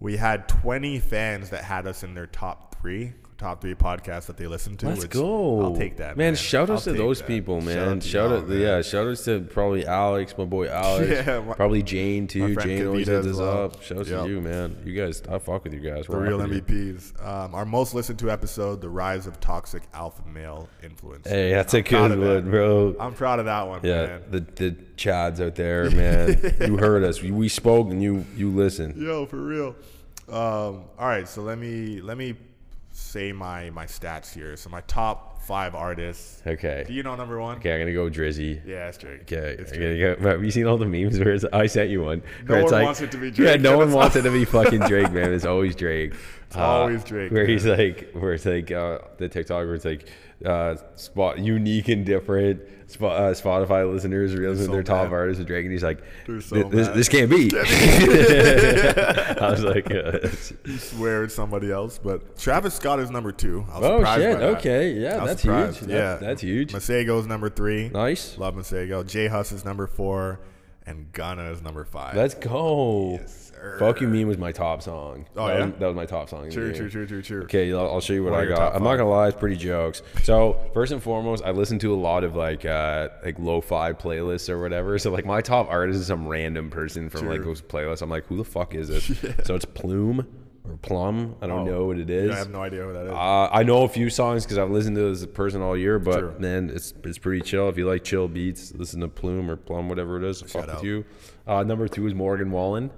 [SPEAKER 1] We had 20 fans that had us in their top three, top three podcasts that they listened to.
[SPEAKER 2] Let's
[SPEAKER 1] which
[SPEAKER 2] go.
[SPEAKER 1] I'll take that, man.
[SPEAKER 2] man. Shout outs
[SPEAKER 1] I'll take
[SPEAKER 2] to those
[SPEAKER 1] that.
[SPEAKER 2] people,
[SPEAKER 1] Shout
[SPEAKER 2] man.
[SPEAKER 1] out to
[SPEAKER 2] Shout
[SPEAKER 1] y'all,
[SPEAKER 2] out,
[SPEAKER 1] man.
[SPEAKER 2] yeah. Shout outs to probably Alex, my boy Alex.
[SPEAKER 1] Yeah, my-
[SPEAKER 2] probably Jane too.
[SPEAKER 1] friend
[SPEAKER 2] Jane always
[SPEAKER 1] Kavita
[SPEAKER 2] hits
[SPEAKER 1] as
[SPEAKER 2] us
[SPEAKER 1] well.
[SPEAKER 2] up. Shout outs
[SPEAKER 1] Yep.
[SPEAKER 2] to you, man. You guys, I fuck with you guys.
[SPEAKER 1] The real
[SPEAKER 2] MVP.
[SPEAKER 1] MVPs. Um, our most listened to episode, The Rise of Toxic Alpha Male Influence.
[SPEAKER 2] Hey, that's a
[SPEAKER 1] proud
[SPEAKER 2] good
[SPEAKER 1] of that.
[SPEAKER 2] one, bro.
[SPEAKER 1] I'm proud of that one,
[SPEAKER 2] Yeah,
[SPEAKER 1] man.
[SPEAKER 2] the the chads out there, man. you heard us. We, we spoke and you you listened.
[SPEAKER 1] Yo, for real. Um, all right, so let me let me say my my stats here. So my top five artists. Do
[SPEAKER 2] Okay.
[SPEAKER 1] you know number one?
[SPEAKER 2] Okay, I'm gonna go Drizzy.
[SPEAKER 1] Yeah, it's Drake.
[SPEAKER 2] Okay,
[SPEAKER 1] It's
[SPEAKER 2] I'm
[SPEAKER 1] Drake.
[SPEAKER 2] gonna go. Have you seen all the memes where it's, I sent you one? where it's
[SPEAKER 1] one
[SPEAKER 2] like-
[SPEAKER 1] wants it to be
[SPEAKER 2] Yeah,
[SPEAKER 1] Drake,
[SPEAKER 2] no
[SPEAKER 1] and
[SPEAKER 2] one
[SPEAKER 1] it's
[SPEAKER 2] wants it to be fucking Drake, man. It's always Drake. It's
[SPEAKER 1] always Drake,
[SPEAKER 2] Where he's like, where it's like uh, the TikTok where it's like, uh, spot unique and different. Spo- uh, Spotify listeners realizing
[SPEAKER 1] so
[SPEAKER 2] their top
[SPEAKER 1] mad.
[SPEAKER 2] artists is Drake, and he's like,
[SPEAKER 1] They're so
[SPEAKER 2] "Th- this,
[SPEAKER 1] mad.
[SPEAKER 2] this can't be. I was like, uh,
[SPEAKER 1] You swear it's somebody else, but Travis Scott is number two. I was
[SPEAKER 2] Oh
[SPEAKER 1] surprised
[SPEAKER 2] shit!
[SPEAKER 1] by that.
[SPEAKER 2] Okay,
[SPEAKER 1] I
[SPEAKER 2] yeah,
[SPEAKER 1] was
[SPEAKER 2] that's
[SPEAKER 1] surprised.
[SPEAKER 2] huge. Yeah, that's huge.
[SPEAKER 1] Masego's number three.
[SPEAKER 2] Nice.
[SPEAKER 1] Love Masego. J Huss is number four, and Ghana is number five.
[SPEAKER 2] Let's go.
[SPEAKER 1] sir.
[SPEAKER 2] Fuck you, mean was my top song.
[SPEAKER 1] Oh,
[SPEAKER 2] that
[SPEAKER 1] yeah?
[SPEAKER 2] was, that was my top song. of the
[SPEAKER 1] True,
[SPEAKER 2] year.
[SPEAKER 1] true, true, true, true.
[SPEAKER 2] Okay, I'll, I'll show you what
[SPEAKER 1] What are
[SPEAKER 2] I
[SPEAKER 1] your
[SPEAKER 2] got.
[SPEAKER 1] top
[SPEAKER 2] I'm not
[SPEAKER 1] five?
[SPEAKER 2] gonna lie, it's pretty jokes. So first and foremost, I listen to a lot of like uh like lo-fi playlists or whatever. So like my top artist is some random person from like
[SPEAKER 1] True.
[SPEAKER 2] those playlists. I'm like, who the fuck is this? So it's Plume or Plum. I don't
[SPEAKER 1] Oh,
[SPEAKER 2] know what it
[SPEAKER 1] I
[SPEAKER 2] is.
[SPEAKER 1] have no idea who that is.
[SPEAKER 2] Uh, I know a few songs because I've listened to this person all year, but
[SPEAKER 1] True.
[SPEAKER 2] man, it's it's pretty chill. If you like chill beats, listen to Plume or Plum, whatever it is. fuck with
[SPEAKER 1] out.
[SPEAKER 2] you. Uh, number two is Morgan Wallen.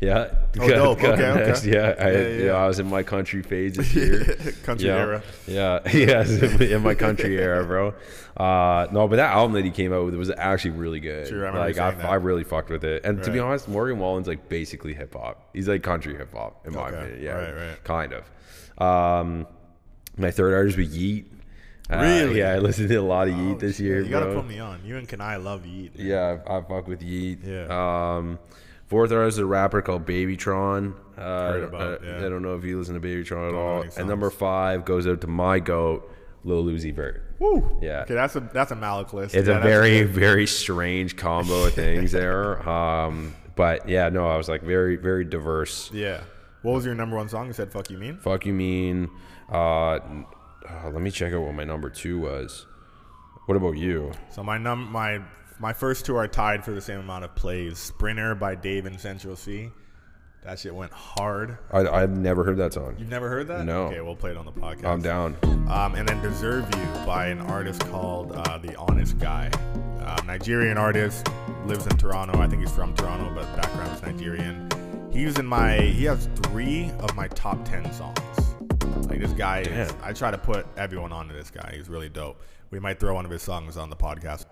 [SPEAKER 2] Yeah.
[SPEAKER 1] Oh, dope. Okay, okay.
[SPEAKER 2] Yeah,
[SPEAKER 1] Yeah,
[SPEAKER 2] I, yeah,
[SPEAKER 1] yeah,
[SPEAKER 2] I was in my country phase this year.
[SPEAKER 1] Country
[SPEAKER 2] yeah.
[SPEAKER 1] era.
[SPEAKER 2] Yeah, yeah, in my country era, bro. Uh, no, but that album that he came out with was actually really good.
[SPEAKER 1] True, I remember
[SPEAKER 2] like
[SPEAKER 1] you
[SPEAKER 2] I,
[SPEAKER 1] saying that.
[SPEAKER 2] I really fucked with it. And to be
[SPEAKER 1] Right.
[SPEAKER 2] honest, Morgan Wallen's like basically hip hop. He's like country hip hop in my
[SPEAKER 1] Okay,
[SPEAKER 2] opinion. Yeah,
[SPEAKER 1] right, right.
[SPEAKER 2] kind of. Um, my third artist was Yeet. Uh,
[SPEAKER 1] Really?
[SPEAKER 2] Yeah, I listened to a lot of Yeet this year,
[SPEAKER 1] You gotta
[SPEAKER 2] bro.
[SPEAKER 1] put me on. You and Kanai love Yeet. man.
[SPEAKER 2] yeah, I, I fuck with Yeet.
[SPEAKER 1] Yeah.
[SPEAKER 2] Um, fourth artist is a rapper called Babytron. Uh,
[SPEAKER 1] Heard about,
[SPEAKER 2] I,
[SPEAKER 1] yeah.
[SPEAKER 2] I don't know if you listen to Babytron at
[SPEAKER 1] know
[SPEAKER 2] all.
[SPEAKER 1] any
[SPEAKER 2] And number five goes out to my goat, Lil Uzi Vert.
[SPEAKER 1] Woo.
[SPEAKER 2] Yeah.
[SPEAKER 1] Okay, that's a that's a Malik list.
[SPEAKER 2] It's
[SPEAKER 1] Yeah,
[SPEAKER 2] a
[SPEAKER 1] that's
[SPEAKER 2] very, very strange combo of things there. Um, but yeah, no, I was like very, very diverse.
[SPEAKER 1] Yeah. What was your number one song? You said "Fuck You Mean."
[SPEAKER 2] Fuck you mean? Uh, n- uh, let me check out what my number two was. What about you?
[SPEAKER 1] So my num my my first two are tied for the same amount of plays. "Sprinter" by Dave and Central C. That shit went hard.
[SPEAKER 2] I, I've never heard that song.
[SPEAKER 1] You've never heard that?
[SPEAKER 2] No.
[SPEAKER 1] Okay, we'll play it on the podcast.
[SPEAKER 2] I'm down.
[SPEAKER 1] Um, and then "Deserve You" by an artist called uh, The Honest Guy, um, Nigerian artist, lives in Toronto. I think he's from Toronto, but background is Nigerian. He's in my. He has three of my top ten songs. Like this guy is. I try to put everyone onto this guy. He's really dope. We might throw one of his songs on the podcast.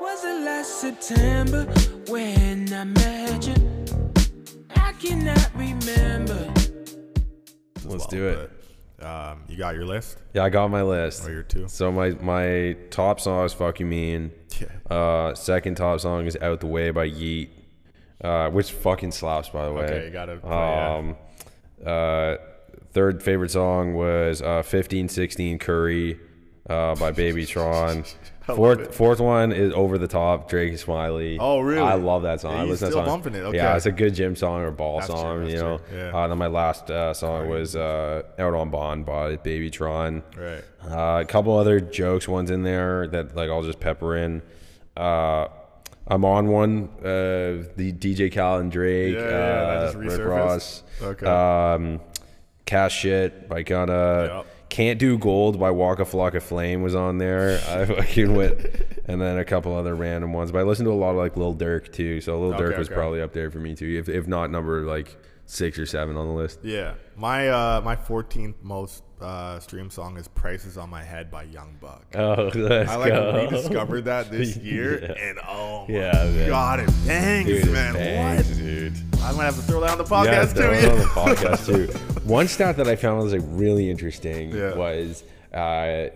[SPEAKER 3] Was it last September when I met you? I cannot remember.
[SPEAKER 1] as
[SPEAKER 2] Let's
[SPEAKER 1] well,
[SPEAKER 2] do it.
[SPEAKER 1] but, um, you got your list
[SPEAKER 2] Yeah, I got my list.
[SPEAKER 1] or your two?
[SPEAKER 2] So my my top song is "Fuck You Mean."
[SPEAKER 1] Yeah.
[SPEAKER 2] Uh, second top song is "Out the Way" by Yeet, uh, which fucking slaps, by the way.
[SPEAKER 1] Okay, you gotta play, yeah.
[SPEAKER 2] um, uh, third favorite song was uh, "1516 Curry" uh, by Babytron.
[SPEAKER 1] I love
[SPEAKER 2] Fourth
[SPEAKER 1] it.
[SPEAKER 2] fourth one is over the top. Drake and Smiley.
[SPEAKER 1] Oh, really?
[SPEAKER 2] I love that song. I
[SPEAKER 1] He's
[SPEAKER 2] listen to
[SPEAKER 1] still
[SPEAKER 2] that song.
[SPEAKER 1] bumping it. Okay.
[SPEAKER 2] Yeah, it's a good gym song or ball
[SPEAKER 1] That's true,
[SPEAKER 2] song.
[SPEAKER 1] that's
[SPEAKER 2] you know.
[SPEAKER 1] true. Yeah.
[SPEAKER 2] Uh, and then my last uh, song was uh, "Out on Bond" by Baby Tron.
[SPEAKER 1] Right.
[SPEAKER 2] Uh, a couple other jokes ones in there that like I'll just pepper in. Uh, I'm on one. Uh, the DJ Cal and Drake.
[SPEAKER 1] Yeah, yeah, that
[SPEAKER 2] uh,
[SPEAKER 1] just
[SPEAKER 2] Rick
[SPEAKER 1] resurfaced.
[SPEAKER 2] Ross.
[SPEAKER 1] Okay.
[SPEAKER 2] Um, Cash shit by Gunna.
[SPEAKER 1] Yep.
[SPEAKER 2] Can't do gold by Walk a Flock of Flame was on there. I fucking went, and then a couple other random ones. But I listened to a lot of like Lil Durk too. So Lil Durk
[SPEAKER 1] Okay,
[SPEAKER 2] was
[SPEAKER 1] okay.
[SPEAKER 2] probably up there for me too, if if not number like six or seven on the list.
[SPEAKER 1] Yeah. My uh my 14th most uh stream song is Prices on My Head by Young Buck.
[SPEAKER 2] Oh, let's
[SPEAKER 1] I like rediscovered that this year and oh my
[SPEAKER 2] Yeah, man.
[SPEAKER 1] god, it bangs, man. What?
[SPEAKER 2] dude.
[SPEAKER 1] I'm gonna have to throw that on the
[SPEAKER 2] Yeah,
[SPEAKER 1] podcast
[SPEAKER 2] that was on the
[SPEAKER 1] too.
[SPEAKER 2] podcast too. One stat that I found was like really interesting
[SPEAKER 1] Yeah.
[SPEAKER 2] was uh,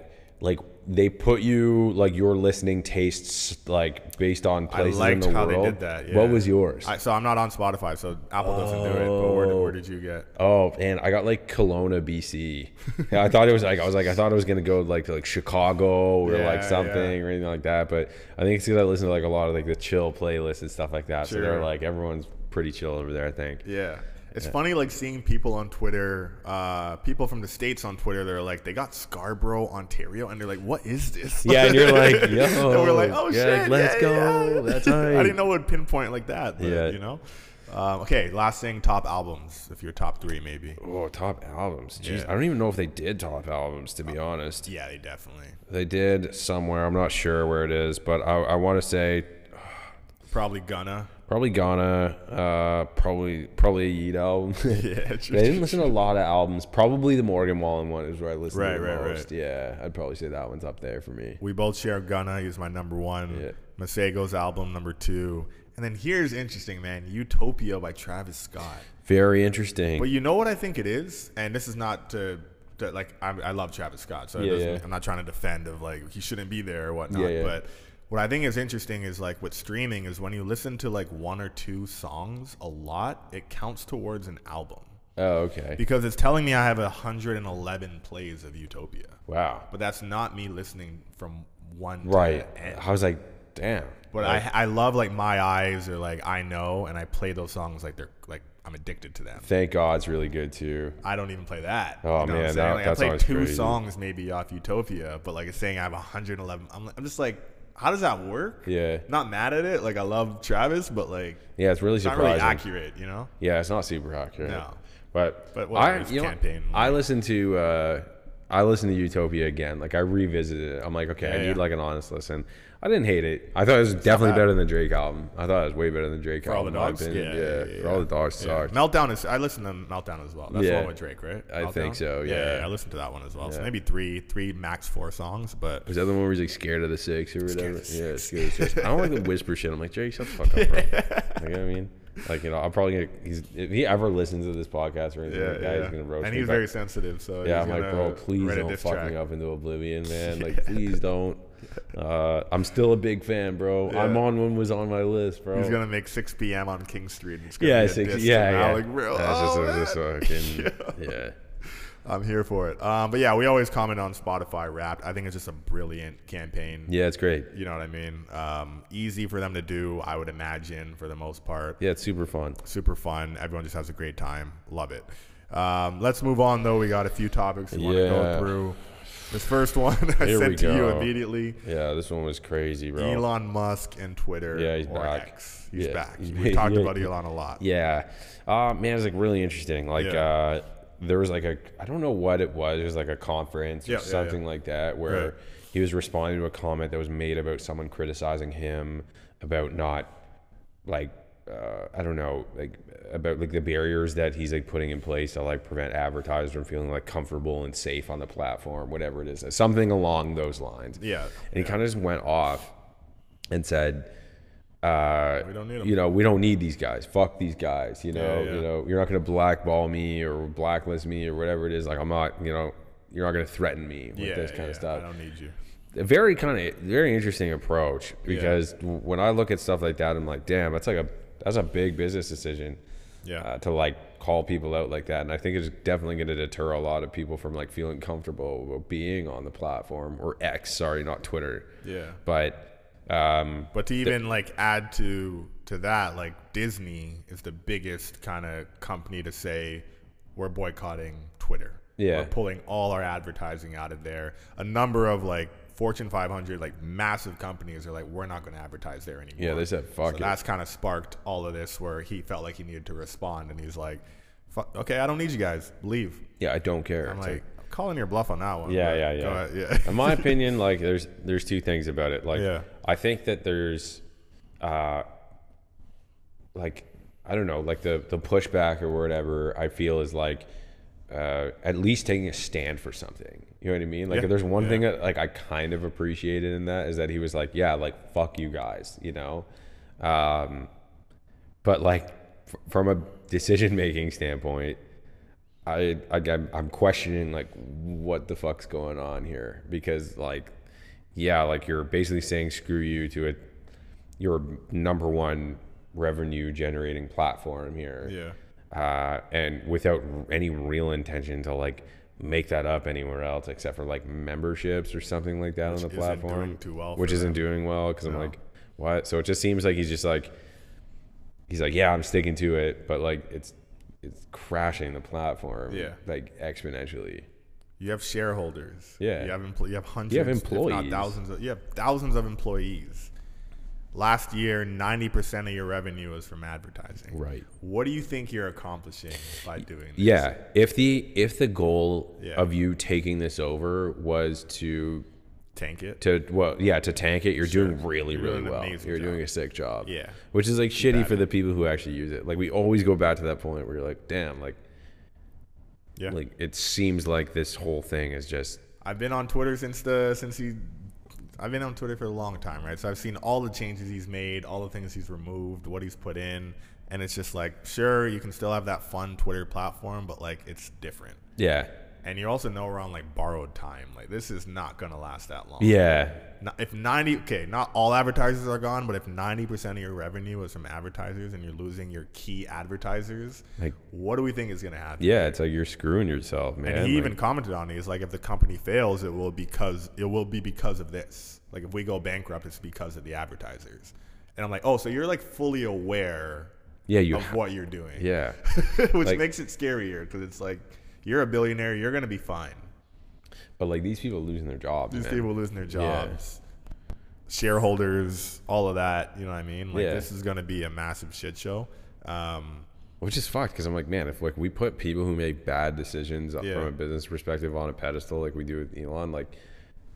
[SPEAKER 2] like they put you like your listening tastes like based on places in
[SPEAKER 1] liked
[SPEAKER 2] the
[SPEAKER 1] how
[SPEAKER 2] world.
[SPEAKER 1] they did that, yeah.
[SPEAKER 2] What was yours?
[SPEAKER 1] I, so I'm not on Spotify, so Apple doesn't do it. But where, where did you get?
[SPEAKER 2] oh man, I got like Kelowna, BC. Yeah, I thought it was like I was like I thought it was gonna go like to like Chicago or
[SPEAKER 1] Yeah,
[SPEAKER 2] like something
[SPEAKER 1] yeah.
[SPEAKER 2] or anything like that. But I think it's because I listen to like a lot of like the chill playlists and stuff like that. So
[SPEAKER 1] Sure.
[SPEAKER 2] they're like everyone's pretty chill over there. I think.
[SPEAKER 1] Yeah. It's funny, like seeing people on Twitter, uh, people from the states on Twitter. They're like, they got Scarborough, Ontario, and they're like, what is this?
[SPEAKER 2] Yeah, and you're like, yo,
[SPEAKER 1] and we're like, oh
[SPEAKER 2] yeah,
[SPEAKER 1] shit,
[SPEAKER 2] let's
[SPEAKER 1] yeah,
[SPEAKER 2] go,
[SPEAKER 1] yeah."
[SPEAKER 2] that's
[SPEAKER 1] I
[SPEAKER 2] right.
[SPEAKER 1] didn't know it would pinpoint like that. But,
[SPEAKER 2] Yeah.
[SPEAKER 1] you know. Um, okay, last thing, top albums. If your top three, maybe.
[SPEAKER 2] Oh, top albums. Jeez,
[SPEAKER 1] Yeah.
[SPEAKER 2] I don't even know if they did top albums, to be honest.
[SPEAKER 1] Yeah, they definitely
[SPEAKER 2] They did somewhere. I'm not sure where it is, but I, I want to say
[SPEAKER 1] probably gonna.
[SPEAKER 2] probably Ghana, uh, probably probably a Yeet album.
[SPEAKER 1] Yeah,
[SPEAKER 2] But I didn't listen to a lot of albums. Probably the Morgan Wallen one is where I listened
[SPEAKER 1] Right,
[SPEAKER 2] to the
[SPEAKER 1] right,
[SPEAKER 2] most. Yeah, I'd probably say that one's up there for me.
[SPEAKER 1] We both share Gunna. He's my number one.
[SPEAKER 2] Yeah.
[SPEAKER 1] Masego's album number two. And then here's interesting, man. Utopia by Travis Scott.
[SPEAKER 2] Very interesting.
[SPEAKER 1] But you know what I think it is, and this is not to, to like I, I love Travis Scott, so it
[SPEAKER 2] Yeah,
[SPEAKER 1] doesn't-
[SPEAKER 2] yeah.
[SPEAKER 1] I'm not trying to defend of like he shouldn't be there or whatnot.
[SPEAKER 2] Yeah, yeah.
[SPEAKER 1] But what I think is interesting is like with streaming is when you listen to like one or two songs a lot, it counts towards an album
[SPEAKER 2] oh, okay.
[SPEAKER 1] because it's telling me I have 111 plays of Utopia,
[SPEAKER 2] Wow.
[SPEAKER 1] but that's not me listening from one to
[SPEAKER 2] Right.
[SPEAKER 1] the end.
[SPEAKER 2] I was like, damn.
[SPEAKER 1] But I I love like my eyes or like I know, and I play those songs like they're like I'm addicted to them.
[SPEAKER 2] Thank God it's really good too.
[SPEAKER 1] I don't even play that.
[SPEAKER 2] Oh,
[SPEAKER 1] you know what
[SPEAKER 2] man,
[SPEAKER 1] I'm
[SPEAKER 2] that-
[SPEAKER 1] saying? like, I
[SPEAKER 2] that
[SPEAKER 1] played
[SPEAKER 2] song's
[SPEAKER 1] two
[SPEAKER 2] crazy.
[SPEAKER 1] songs maybe off Utopia, but like it's saying I have 111. I'm, I'm just like, how does that work?
[SPEAKER 2] Yeah.
[SPEAKER 1] Not mad at it. Like I love Travis, but like
[SPEAKER 2] Yeah, it's really
[SPEAKER 1] it's not
[SPEAKER 2] surprising.
[SPEAKER 1] really accurate, you know?
[SPEAKER 2] Yeah, it's not super accurate.
[SPEAKER 1] No.
[SPEAKER 2] But,
[SPEAKER 1] But whatever,
[SPEAKER 2] I,
[SPEAKER 1] it's
[SPEAKER 2] you know,
[SPEAKER 1] campaign.
[SPEAKER 2] I listened to uh, I listened to Utopia again. Like I revisited it. I'm like, okay,
[SPEAKER 1] Yeah,
[SPEAKER 2] I need
[SPEAKER 1] yeah.
[SPEAKER 2] like an honest listen. I didn't hate it. I thought it was definitely
[SPEAKER 1] bad.
[SPEAKER 2] better than the Drake album. I thought it was way better than the Drake
[SPEAKER 1] All the
[SPEAKER 2] album. in my
[SPEAKER 1] Dogs?
[SPEAKER 2] opinion.
[SPEAKER 1] Yeah, yeah, yeah,
[SPEAKER 2] For
[SPEAKER 1] yeah.
[SPEAKER 2] all the dogs
[SPEAKER 1] Yeah.
[SPEAKER 2] sucked.
[SPEAKER 1] Meltdown is. I listened to Meltdown as well. That's the
[SPEAKER 2] Yeah.
[SPEAKER 1] one with Drake, right?
[SPEAKER 2] I think
[SPEAKER 1] Meltdown?
[SPEAKER 2] so,
[SPEAKER 1] yeah,
[SPEAKER 2] yeah.
[SPEAKER 1] I listened to that one as well. So maybe three, three max four songs, but
[SPEAKER 2] Was that the one where he's like scared of the six or whatever?
[SPEAKER 1] of the
[SPEAKER 2] Yeah, scared of the six. I don't like the whisper shit. I'm like Drake, shut the fuck up, bro. Like, you know what I mean? Like you know, I'm probably gonna. He's, if he ever listens to this podcast or anything
[SPEAKER 1] yeah,
[SPEAKER 2] like that,
[SPEAKER 1] yeah.
[SPEAKER 2] he's gonna roast
[SPEAKER 1] and
[SPEAKER 2] me.
[SPEAKER 1] he's
[SPEAKER 2] but-
[SPEAKER 1] very sensitive, so
[SPEAKER 2] Yeah, I'm
[SPEAKER 1] he's
[SPEAKER 2] like,
[SPEAKER 1] gonna
[SPEAKER 2] bro, please
[SPEAKER 1] write a
[SPEAKER 2] don't
[SPEAKER 1] diss
[SPEAKER 2] fuck
[SPEAKER 1] track.
[SPEAKER 2] me up into oblivion, man. Like, please don't. Uh, I'm still a big fan, bro. I'm
[SPEAKER 1] Yeah.
[SPEAKER 2] on one was on my list, bro.
[SPEAKER 1] He's gonna make 6 p.m. on King Street. And it's gonna
[SPEAKER 2] yeah,
[SPEAKER 1] be a
[SPEAKER 2] six,
[SPEAKER 1] diss to
[SPEAKER 2] yeah, yeah.
[SPEAKER 1] Malik Real.
[SPEAKER 2] That's just
[SPEAKER 1] Oh,
[SPEAKER 2] a-
[SPEAKER 1] man.
[SPEAKER 2] just a fucking- yeah.
[SPEAKER 1] I'm here for it. Um, but yeah, we always comment on Spotify Wrapped. I think it's just a brilliant campaign.
[SPEAKER 2] yeah, it's great.
[SPEAKER 1] You know what I mean? Um, easy for them to do, I would imagine, for the most part.
[SPEAKER 2] Yeah, it's super fun.
[SPEAKER 1] Super fun. Everyone just has a great time. Love it. Um, let's move on, though. We got a few topics we want to go
[SPEAKER 2] Yeah.
[SPEAKER 1] through. This first one I
[SPEAKER 2] Here we
[SPEAKER 1] sent to you
[SPEAKER 2] go.
[SPEAKER 1] immediately
[SPEAKER 2] Yeah, this one was crazy, bro.
[SPEAKER 1] Elon Musk and Twitter.
[SPEAKER 2] Yeah, he's
[SPEAKER 1] or
[SPEAKER 2] back.
[SPEAKER 1] X. He's
[SPEAKER 2] Yeah,
[SPEAKER 1] back.
[SPEAKER 2] he's
[SPEAKER 1] we
[SPEAKER 2] back.
[SPEAKER 1] talked
[SPEAKER 2] Yeah.
[SPEAKER 1] about Elon a lot.
[SPEAKER 2] Yeah. Uh, man, it's like really interesting. Like,
[SPEAKER 1] Yeah.
[SPEAKER 2] uh, there was like a, I don't know what it was. It was like a conference or
[SPEAKER 1] Yeah, yeah, yeah.
[SPEAKER 2] something like that where
[SPEAKER 1] Right.
[SPEAKER 2] he was responding to a comment that was made about someone criticizing him about not, like, uh, I don't know, like about like the barriers that he's like putting in place to like prevent advertisers from feeling like comfortable and safe on the platform, whatever it is, something along those lines.
[SPEAKER 1] Yeah.
[SPEAKER 2] And he kind of just went off and said, uh,
[SPEAKER 1] We don't need 'em.
[SPEAKER 2] you know, we don't need these guys. Fuck these guys. You know,
[SPEAKER 1] yeah.
[SPEAKER 2] you know, you're not gonna blackball me or blacklist me or whatever it is. Like I'm not, you know, you're not gonna threaten me with
[SPEAKER 1] yeah,
[SPEAKER 2] this kind of
[SPEAKER 1] yeah,
[SPEAKER 2] stuff
[SPEAKER 1] I don't need you.
[SPEAKER 2] a very kind of very interesting approach because when I look at stuff like that, I'm like, damn, that's like a that's a big business decision.
[SPEAKER 1] Yeah.
[SPEAKER 2] uh, to like call people out like that. And I think it's definitely going to deter a lot of people from like feeling comfortable about being on the platform or X, sorry, not Twitter.
[SPEAKER 1] Yeah.
[SPEAKER 2] But um,
[SPEAKER 1] But to even like add to to that, like Disney is the biggest kind of company to say we're boycotting Twitter.
[SPEAKER 2] Yeah.
[SPEAKER 1] we're pulling all our advertising out of there. A number of like Fortune 500, like massive companies, are like we're not going to advertise there anymore.
[SPEAKER 2] Yeah, they said, "Fuck
[SPEAKER 1] so
[SPEAKER 2] it."
[SPEAKER 1] That's kind of sparked all of this, where he felt like he needed to respond, and he's like, "Fu- "Okay, I don't need you guys. Leave."
[SPEAKER 2] yeah, I don't care.
[SPEAKER 1] I'm
[SPEAKER 2] It's
[SPEAKER 1] like, I'm calling your bluff on that one.
[SPEAKER 2] Yeah,
[SPEAKER 1] but
[SPEAKER 2] yeah,
[SPEAKER 1] go
[SPEAKER 2] yeah.
[SPEAKER 1] ahead, yeah.
[SPEAKER 2] In my opinion, like there's there's two things about it. Like
[SPEAKER 1] Yeah.
[SPEAKER 2] I think that there's uh like I don't know, like the the pushback or whatever I feel is like uh, at least taking a stand for something. You know what I mean? Like
[SPEAKER 1] Yeah.
[SPEAKER 2] if there's one
[SPEAKER 1] Yeah.
[SPEAKER 2] thing that like I kind of appreciated in that is that he was like, yeah, like fuck you guys, you know. Um, but like f- from a decision making standpoint, I, I I'm, I'm questioning like what the fuck's going on here because like yeah like you're basically saying screw you to a your number one revenue generating platform here
[SPEAKER 1] yeah.
[SPEAKER 2] uh, and without any real intention to like make that up anywhere else except for like memberships or something like that on the
[SPEAKER 1] isn't
[SPEAKER 2] platform
[SPEAKER 1] doing too well
[SPEAKER 2] which
[SPEAKER 1] for
[SPEAKER 2] isn't doing well because i'm like what so it just seems like he's just like he's like yeah i'm sticking to it but like it's it's crashing the platform
[SPEAKER 1] Yeah.
[SPEAKER 2] like exponentially
[SPEAKER 1] You have shareholders.
[SPEAKER 2] Yeah.
[SPEAKER 1] You have empl- you have hundreds.
[SPEAKER 2] You have
[SPEAKER 1] If not
[SPEAKER 2] employees.
[SPEAKER 1] thousands. Of, you have thousands of employees. Last year, ninety percent of your revenue was from advertising.
[SPEAKER 2] Right.
[SPEAKER 1] What do you think you're accomplishing by doing? This?
[SPEAKER 2] yeah if the if the goal
[SPEAKER 1] Yeah.
[SPEAKER 2] of you taking this over was to
[SPEAKER 1] Tank it.
[SPEAKER 2] to well yeah to tank it you're doing really
[SPEAKER 1] You're
[SPEAKER 2] really
[SPEAKER 1] doing an
[SPEAKER 2] well
[SPEAKER 1] amazing
[SPEAKER 2] you're
[SPEAKER 1] job.
[SPEAKER 2] doing a sick job
[SPEAKER 1] Yeah.
[SPEAKER 2] which is like shitty for the people who actually use it like we always go back to that point where you're like damn like
[SPEAKER 1] yeah.
[SPEAKER 2] like it seems like this whole thing is just
[SPEAKER 1] I've been on Twitter since the since he. I've been on Twitter for a long time, right? So I've seen all the changes he's made, all the things he's removed, what he's put in, and it's just like, sure, you can still have that fun Twitter platform, but like it's different.
[SPEAKER 2] yeah
[SPEAKER 1] And you also know we're on like borrowed time. Like this is not gonna last that long.
[SPEAKER 2] yeah
[SPEAKER 1] Not- If ninety, okay, not all advertisers are gone, but if ninety percent of your revenue is from advertisers and you're losing your key advertisers,
[SPEAKER 2] Like-
[SPEAKER 1] what do we think is gonna happen?
[SPEAKER 2] yeah it's like you're screwing yourself man
[SPEAKER 1] and he
[SPEAKER 2] Like,
[SPEAKER 1] even commented on it. He's like, if the company fails, it will because it will be because of this. Like if we go bankrupt, it's because of the advertisers. And I'm like, oh, so you're like fully aware
[SPEAKER 2] yeah you
[SPEAKER 1] of what you're doing,
[SPEAKER 2] yeah
[SPEAKER 1] which
[SPEAKER 2] Like-
[SPEAKER 1] makes it scarier because it's like you're a billionaire, you're gonna be fine.
[SPEAKER 2] but like these people losing their jobs
[SPEAKER 1] These
[SPEAKER 2] man.
[SPEAKER 1] people losing their jobs, shareholders, all of that. You know what I mean? Like
[SPEAKER 2] Yeah.
[SPEAKER 1] this is going to be a massive shit show. Um,
[SPEAKER 2] which is fucked because I'm like, man, if like we put people who make bad decisions uh,
[SPEAKER 1] Yeah.
[SPEAKER 2] from a business perspective on a pedestal like we do with Elon, like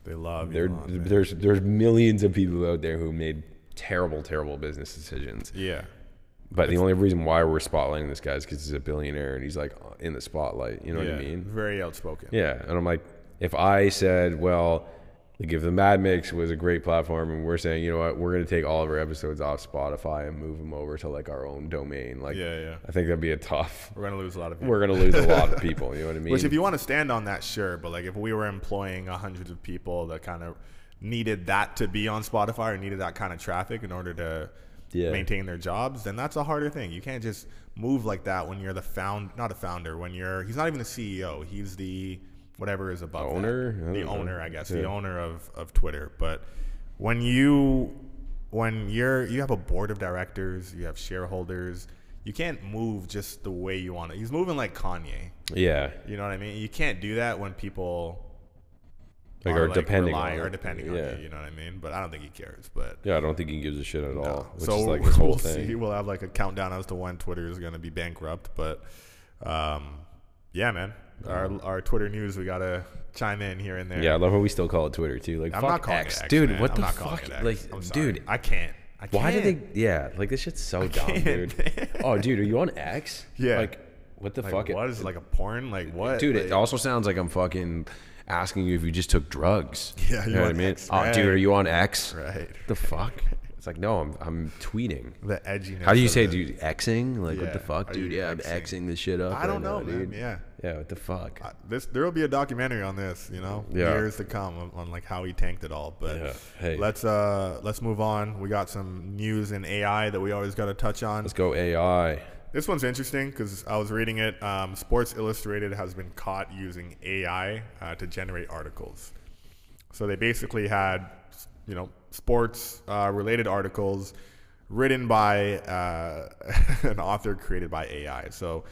[SPEAKER 1] they love
[SPEAKER 2] There,
[SPEAKER 1] Elon, man.
[SPEAKER 2] there's there's millions of people out there who made terrible, terrible business decisions.
[SPEAKER 1] yeah,
[SPEAKER 2] But the only reason why we're spotlighting this guy is because he's a billionaire and he's like in the spotlight. You know
[SPEAKER 1] yeah.
[SPEAKER 2] what I mean?
[SPEAKER 1] Very outspoken.
[SPEAKER 2] Yeah. And I'm like, if I said, well, like if the Mad Mix was a great platform and we're saying, you know what, we're gonna take all of our episodes off Spotify and move them over to like our own domain, like
[SPEAKER 1] Yeah, yeah.
[SPEAKER 2] I think that'd be a tough.
[SPEAKER 1] We're gonna lose a lot of people.
[SPEAKER 2] We're gonna lose a lot of people. You know what I mean?
[SPEAKER 1] Which, if you want to stand on that, sure. But like, if we were employing hundreds of people that kind of needed that to be on Spotify or needed that kind of traffic in order to
[SPEAKER 2] Yeah.
[SPEAKER 1] maintain their jobs, then that's a harder thing. You can't just move like that when you're the found, not a founder. When you're, he's not even the CEO. He's the whatever is above that.
[SPEAKER 2] Owner? I don't
[SPEAKER 1] The
[SPEAKER 2] know.
[SPEAKER 1] owner, I guess, the
[SPEAKER 2] Yeah.
[SPEAKER 1] owner of of Twitter. But when you when you're you have a board of directors, you have shareholders. You can't move just the way you want to. He's moving like Kanye.
[SPEAKER 2] yeah,
[SPEAKER 1] You know what I mean? You can't do that when people
[SPEAKER 2] like are, depending
[SPEAKER 1] rely-
[SPEAKER 2] on
[SPEAKER 1] are
[SPEAKER 2] it.
[SPEAKER 1] depending on you. You know what I mean? But I don't think he cares. But
[SPEAKER 2] Yeah, I don't think he gives a shit at all. Which
[SPEAKER 1] so
[SPEAKER 2] is like his whole
[SPEAKER 1] we'll
[SPEAKER 2] thing.
[SPEAKER 1] see. We'll have like a countdown as to when Twitter is going to be bankrupt. But um, yeah, man, our our Twitter news we gotta chime in here and there.
[SPEAKER 2] Yeah, I love how we still call it Twitter too. Like,
[SPEAKER 1] I'm
[SPEAKER 2] fuck
[SPEAKER 1] not calling
[SPEAKER 2] X,
[SPEAKER 1] it X,
[SPEAKER 2] dude.
[SPEAKER 1] man.
[SPEAKER 2] What
[SPEAKER 1] I'm
[SPEAKER 2] the
[SPEAKER 1] not calling
[SPEAKER 2] fuck,
[SPEAKER 1] it X.
[SPEAKER 2] like,
[SPEAKER 1] I'm sorry.
[SPEAKER 2] dude?
[SPEAKER 1] I can't. I can't.
[SPEAKER 2] Why do they? Yeah, like this shit's so dumb,
[SPEAKER 1] can't,
[SPEAKER 2] dude. oh, dude, are you on X?
[SPEAKER 1] Yeah.
[SPEAKER 2] Like, what the
[SPEAKER 1] Like,
[SPEAKER 2] fuck,
[SPEAKER 1] what is it, like a porn? Like what,
[SPEAKER 2] dude? It
[SPEAKER 1] Like,
[SPEAKER 2] also sounds like I'm fucking asking you if you just took drugs.
[SPEAKER 1] Yeah,
[SPEAKER 2] you
[SPEAKER 1] you
[SPEAKER 2] know what I
[SPEAKER 1] on
[SPEAKER 2] mean?
[SPEAKER 1] X,
[SPEAKER 2] Oh,
[SPEAKER 1] right.
[SPEAKER 2] dude, are you on X?
[SPEAKER 1] Right.
[SPEAKER 2] The fuck? It's like, no, I'm I'm tweeting.
[SPEAKER 1] the edginess.
[SPEAKER 2] How do you
[SPEAKER 1] of
[SPEAKER 2] say,
[SPEAKER 1] it.
[SPEAKER 2] dude? Xing? Like,
[SPEAKER 1] Yeah,
[SPEAKER 2] what the fuck,
[SPEAKER 1] are you
[SPEAKER 2] dude? Yeah, I'm
[SPEAKER 1] Xing?
[SPEAKER 2] Xing this shit up.
[SPEAKER 1] I don't
[SPEAKER 2] right
[SPEAKER 1] know,
[SPEAKER 2] now,
[SPEAKER 1] man.
[SPEAKER 2] dude.
[SPEAKER 1] Yeah.
[SPEAKER 2] Yeah, what the fuck?
[SPEAKER 1] I- this there will be a documentary on this, you know,
[SPEAKER 2] Yeah.
[SPEAKER 1] years to come on, on like how he tanked it all. But
[SPEAKER 2] Yeah. Hey.
[SPEAKER 1] let's uh let's move on. We got some news in AI that we always got to touch on.
[SPEAKER 2] Let's go AI.
[SPEAKER 1] This one's interesting because I was reading it. Um, Sports Illustrated has been caught using AI uh, to generate articles. So they basically had, you know, sports uh, related articles written by uh, an author created by AI. So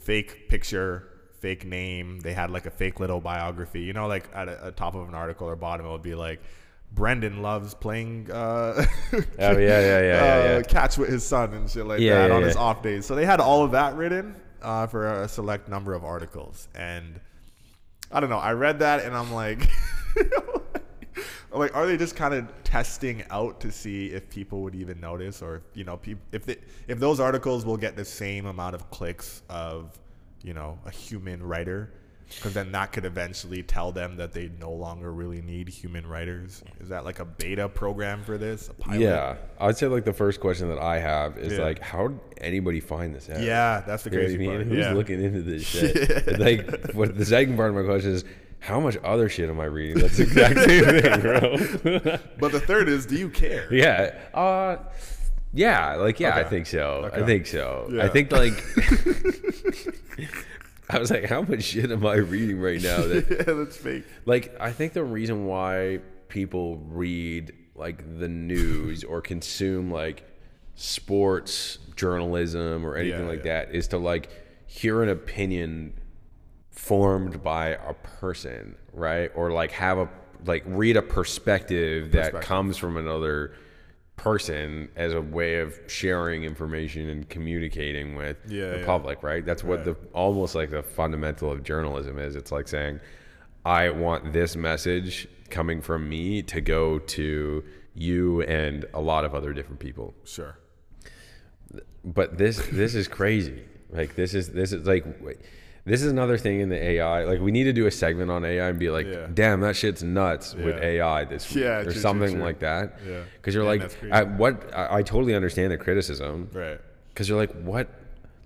[SPEAKER 1] fake picture, fake name. They had like a fake little biography. You know, like at a, a top of an article or bottom, it would be like. Brendan loves playing uh,
[SPEAKER 2] yeah, yeah, yeah, yeah,
[SPEAKER 1] uh,
[SPEAKER 2] yeah.
[SPEAKER 1] catch with his son and shit like
[SPEAKER 2] Yeah,
[SPEAKER 1] that
[SPEAKER 2] yeah,
[SPEAKER 1] on
[SPEAKER 2] yeah.
[SPEAKER 1] his off days. So they had all of that written uh, for a select number of articles. And I don't know. I read that and I'm like, I'm like, are they just kind of testing out to see if people would even notice, or you know, peop- if they, if those articles will get the same amount of clicks of you know a human writer? Because then that could eventually tell them that they no longer really need human writers. Is that like a beta program for this? A pilot?
[SPEAKER 2] Yeah, I'd say like the first question that I have is
[SPEAKER 1] Yeah.
[SPEAKER 2] like, how did anybody find this? App?
[SPEAKER 1] Yeah, that's the
[SPEAKER 2] You know what I
[SPEAKER 1] crazy
[SPEAKER 2] mean?
[SPEAKER 1] part.
[SPEAKER 2] Who's
[SPEAKER 1] yeah.
[SPEAKER 2] looking into this shit? like, what the second part of my question is, how much other shit am I reading? That's the exact same thing, bro.
[SPEAKER 1] But the third is, do you care?
[SPEAKER 2] yeah. Uh, yeah. Like, yeah, I
[SPEAKER 1] Okay.
[SPEAKER 2] think so. I
[SPEAKER 1] Okay.
[SPEAKER 2] think so. I
[SPEAKER 1] Yeah.
[SPEAKER 2] think like. I was like, how much shit am I reading right now that
[SPEAKER 1] yeah, that's fake.
[SPEAKER 2] like i think the reason why people read like the news or consume like sports journalism or anything
[SPEAKER 1] Yeah,
[SPEAKER 2] like
[SPEAKER 1] yeah.
[SPEAKER 2] that is to like hear an opinion formed by a person right or like have a like read a perspective, that
[SPEAKER 1] Perspective.
[SPEAKER 2] comes from another person as a way of sharing information and communicating with
[SPEAKER 1] Yeah,
[SPEAKER 2] the
[SPEAKER 1] yeah.
[SPEAKER 2] public right that's what the almost like the fundamental of journalism is it's like saying I want this message coming from me to go to you and a lot of other different people.
[SPEAKER 1] Sure.
[SPEAKER 2] But this this is crazy. Like this is this is like wait, this is another thing in the AI. Like we need to do a segment on AI and be like,
[SPEAKER 1] Yeah.
[SPEAKER 2] damn, that shit's nuts with
[SPEAKER 1] Yeah.
[SPEAKER 2] AI this week
[SPEAKER 1] Yeah,
[SPEAKER 2] or
[SPEAKER 1] true, true,
[SPEAKER 2] something
[SPEAKER 1] true.
[SPEAKER 2] like that.
[SPEAKER 1] Yeah.
[SPEAKER 2] Because you're
[SPEAKER 1] Damn, that's
[SPEAKER 2] like,
[SPEAKER 1] crazy.
[SPEAKER 2] I, what? I, I totally understand the criticism
[SPEAKER 1] Right.
[SPEAKER 2] because you're like what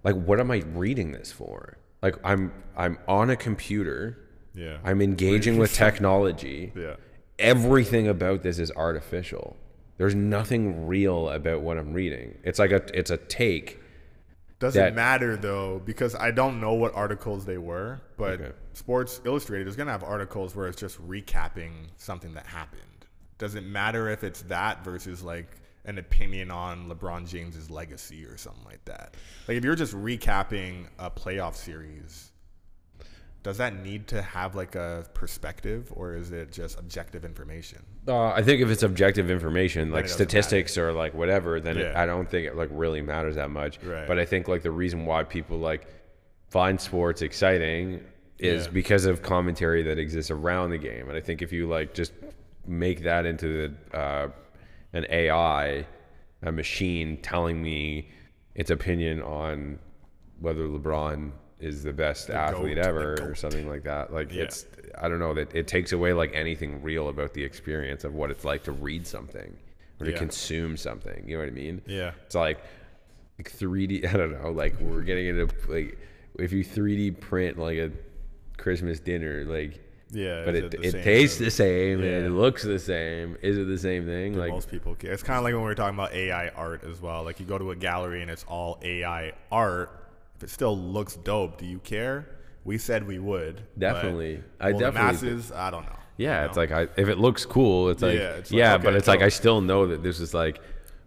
[SPEAKER 2] like what am i reading this for like i'm i'm on a computer
[SPEAKER 1] Yeah.
[SPEAKER 2] i'm engaging with technology
[SPEAKER 1] Yeah.
[SPEAKER 2] everything about this is artificial there's nothing real about what i'm reading it's like a it's a take
[SPEAKER 1] Doesn't
[SPEAKER 2] that-
[SPEAKER 1] matter though because I don't know what articles they were, but
[SPEAKER 2] Okay.
[SPEAKER 1] Sports Illustrated is gonna have articles where it's just recapping something that happened. Doesn't matter if it's that versus like an opinion on LeBron James's legacy or something like that. Like if you're just recapping a playoff series, does that need to have like a perspective or is it just objective information?
[SPEAKER 2] uh, i think if it's objective information like
[SPEAKER 1] it doesn't
[SPEAKER 2] statistics or like whatever then it,
[SPEAKER 1] Yeah.
[SPEAKER 2] i don't think it like really matters that much
[SPEAKER 1] Right.
[SPEAKER 2] but i think like the reason why people like find sports exciting is
[SPEAKER 1] Yeah.
[SPEAKER 2] because of commentary that exists around the game. And I think if you like just make that into the, uh, an AI, a machine telling me its opinion on whether LeBron is the best athlete
[SPEAKER 1] goat, the
[SPEAKER 2] ever or
[SPEAKER 1] goat.
[SPEAKER 2] something like that, like it's I don't know that it takes away like anything real about the experience of what it's like to read something or to
[SPEAKER 1] Yeah.
[SPEAKER 2] consume something. You know what I mean?
[SPEAKER 1] Yeah.
[SPEAKER 2] It's like like 3D. I don't know. Like we're getting into like if you 3D print like a Christmas dinner, like
[SPEAKER 1] Yeah.
[SPEAKER 2] but
[SPEAKER 1] is
[SPEAKER 2] it
[SPEAKER 1] the
[SPEAKER 2] it
[SPEAKER 1] same
[SPEAKER 2] tastes
[SPEAKER 1] as-
[SPEAKER 2] the same and
[SPEAKER 1] Yeah.
[SPEAKER 2] it looks the same. Is it the same thing? Like
[SPEAKER 1] most people care. It's kind of like when we were talking about AI art as well. Like you go to a gallery and it's all AI art. If it still looks dope, do you care? We said we would. but
[SPEAKER 2] Definitely. I
[SPEAKER 1] will the
[SPEAKER 2] definitely-
[SPEAKER 1] masses. I don't know.
[SPEAKER 2] yeah,
[SPEAKER 1] You
[SPEAKER 2] it's
[SPEAKER 1] know?
[SPEAKER 2] like I, if it looks cool, it's like yeah,
[SPEAKER 1] Yeah, it's like, okay,
[SPEAKER 2] but it's like
[SPEAKER 1] dope.
[SPEAKER 2] I still know that this is like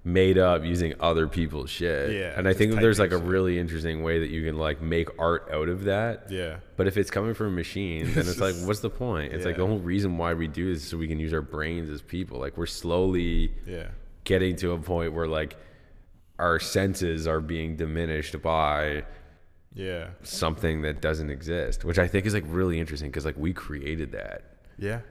[SPEAKER 2] made up using other people's shit.
[SPEAKER 1] Yeah,
[SPEAKER 2] and I
[SPEAKER 1] just
[SPEAKER 2] think that there's like
[SPEAKER 1] typing
[SPEAKER 2] a really interesting way that you can like make art out of that.
[SPEAKER 1] yeah,
[SPEAKER 2] But if it's coming from a machine, then it's like, what's the point? It's like the
[SPEAKER 1] Yeah.
[SPEAKER 2] whole reason why we do this is so we can use our brains as people. Like we're slowly
[SPEAKER 1] yeah,
[SPEAKER 2] getting to a point where like our senses are being diminished by
[SPEAKER 1] yeah,
[SPEAKER 2] something that doesn't exist, which I think is like really interesting because like we created that.
[SPEAKER 1] yeah.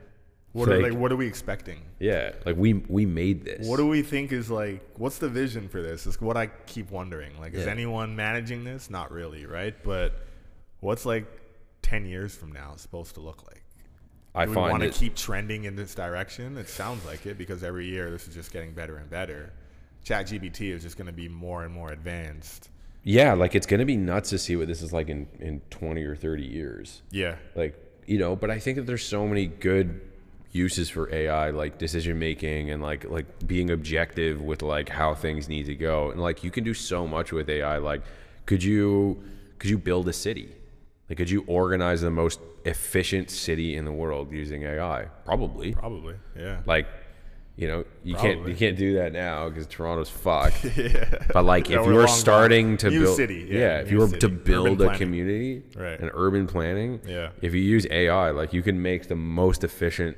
[SPEAKER 1] What are,
[SPEAKER 2] Like-
[SPEAKER 1] like what are we expecting?
[SPEAKER 2] Yeah, like we we made this.
[SPEAKER 1] What do we think is like? What's the vision for this? Is what I keep wondering. Like, is
[SPEAKER 2] Yeah.
[SPEAKER 1] anyone managing this? Not really, right? But what's like ten years from now supposed to look like?
[SPEAKER 2] I
[SPEAKER 1] Do we want
[SPEAKER 2] find
[SPEAKER 1] to
[SPEAKER 2] it,
[SPEAKER 1] keep trending in this direction? It sounds like it because every year this is just getting better and better. ChatGPT is just going to be more and more advanced.
[SPEAKER 2] yeah, like it's gonna be nuts to see what this is like in in twenty or thirty years.
[SPEAKER 1] Yeah.
[SPEAKER 2] like you know but i think that there's so many good uses for ai like decision making and like like being objective with like how things need to go and like you can do so much with ai like Could you could you build a city? Like could you organize the most efficient city in the world using AI? Probably.
[SPEAKER 1] Probably. Yeah.
[SPEAKER 2] Like you know, you can't
[SPEAKER 1] Probably.
[SPEAKER 2] you can't do that now because Toronto's fucked.
[SPEAKER 1] yeah.
[SPEAKER 2] But like,
[SPEAKER 1] Yeah,
[SPEAKER 2] if
[SPEAKER 1] we're
[SPEAKER 2] you were
[SPEAKER 1] long gone.
[SPEAKER 2] starting to
[SPEAKER 1] New
[SPEAKER 2] build,
[SPEAKER 1] city,
[SPEAKER 2] yeah,
[SPEAKER 1] yeah,
[SPEAKER 2] if
[SPEAKER 1] new
[SPEAKER 2] you were
[SPEAKER 1] city.
[SPEAKER 2] to
[SPEAKER 1] Urban
[SPEAKER 2] build a
[SPEAKER 1] planning.
[SPEAKER 2] community,
[SPEAKER 1] Right.
[SPEAKER 2] and urban planning,
[SPEAKER 1] Yeah.
[SPEAKER 2] if you use AI, like you can make the most efficient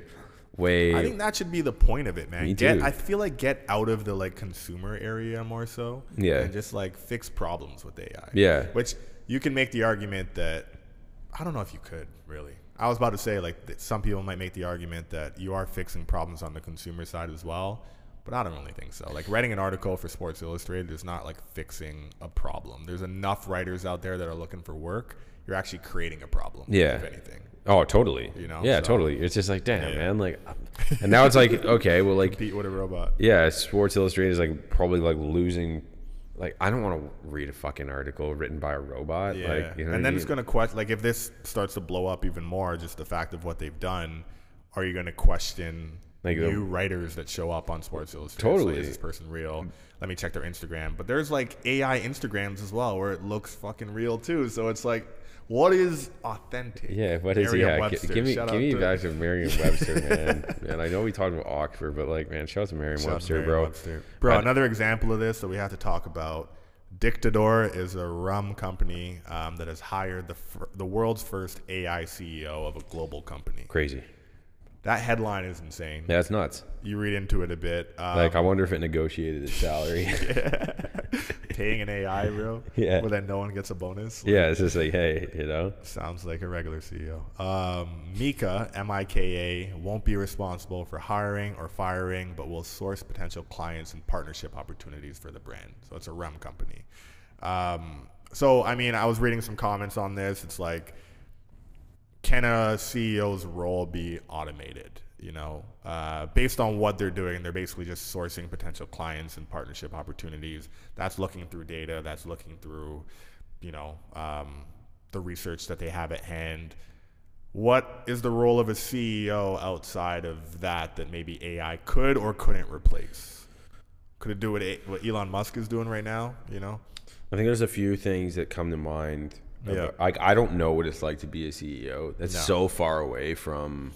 [SPEAKER 2] way.
[SPEAKER 1] I think that should be the point of it, man.
[SPEAKER 2] Me
[SPEAKER 1] Get
[SPEAKER 2] too.
[SPEAKER 1] I feel like get out of the like consumer area more so.
[SPEAKER 2] Yeah.
[SPEAKER 1] And just like fix problems with AI.
[SPEAKER 2] Yeah.
[SPEAKER 1] Which you can make the argument that I don't know if you could really. I was about to say like that some people might make the argument that you are fixing problems on the consumer side as well. But I don't really think so. Like writing an article for Sports Illustrated is not like fixing a problem. There's enough writers out there that are looking for work. You're actually creating a problem.
[SPEAKER 2] Yeah.
[SPEAKER 1] If anything.
[SPEAKER 2] oh, totally.
[SPEAKER 1] You know,
[SPEAKER 2] yeah,
[SPEAKER 1] so-
[SPEAKER 2] totally. It's just like, damn, man, like, and now it's like, okay, well, like,
[SPEAKER 1] Pete, what a robot.
[SPEAKER 2] yeah, Sports Illustrated is like probably like losing. Like, I don't want to read a fucking article written by a robot.
[SPEAKER 1] Yeah.
[SPEAKER 2] Like, you know, what I
[SPEAKER 1] and then it's
[SPEAKER 2] mean?
[SPEAKER 1] going to question, like, if this starts to blow up even more, just the fact of what they've done, are you going to question
[SPEAKER 2] Like the-
[SPEAKER 1] new writers that show up on Sports Illustrated?
[SPEAKER 2] Totally.
[SPEAKER 1] Like, is this person real? Let me check their Instagram. But there's like AI Instagrams as well where it looks fucking real too. So it's like, what is authentic?
[SPEAKER 2] Yeah, what is
[SPEAKER 1] Merriam
[SPEAKER 2] yeah? g-
[SPEAKER 1] Webster.
[SPEAKER 2] Give me
[SPEAKER 1] Shout
[SPEAKER 2] give
[SPEAKER 1] out
[SPEAKER 2] me
[SPEAKER 1] to-
[SPEAKER 2] back to Merriam-Webster, man. man, I know we talked about Oxford, but like, man, shout out
[SPEAKER 1] Shout out
[SPEAKER 2] to
[SPEAKER 1] to
[SPEAKER 2] Merriam-Webster, bro.
[SPEAKER 1] Merriam-Webster. Bro,
[SPEAKER 2] But-
[SPEAKER 1] another example of this that we have to talk about. Dictador is a rum company um, that has hired the fir- the world's first AI CEO E of a global company.
[SPEAKER 2] Crazy.
[SPEAKER 1] That headline is insane.
[SPEAKER 2] Yeah, it's nuts.
[SPEAKER 1] You read into it a bit. Um,
[SPEAKER 2] Like, I wonder if it negotiated its salary.
[SPEAKER 1] paying an AI, bro.
[SPEAKER 2] Yeah.
[SPEAKER 1] But then no one gets a bonus.
[SPEAKER 2] yeah, it's just like, hey, you know,
[SPEAKER 1] Sounds like a regular CEO. Um, Mika, M I K A, won't be responsible for hiring or firing, but will source potential clients and partnership opportunities for the brand. So it's a rum company. Um, so, I mean, I was reading some comments on this. It's like, can a CEO's role be automated? You know, uh, based on what they're doing, they're basically just sourcing potential clients and partnership opportunities. That's looking through data. That's looking through, you know, um, the research that they have at hand. What is the role of a CEO outside of that that maybe AI could or couldn't replace? Could it do what, A- what Elon Musk is doing right now? You know,
[SPEAKER 2] I think there's a few things that come to mind.
[SPEAKER 1] Yeah.
[SPEAKER 2] Like, I don't know what it's like to be a CEO. That's
[SPEAKER 1] No.
[SPEAKER 2] so far away from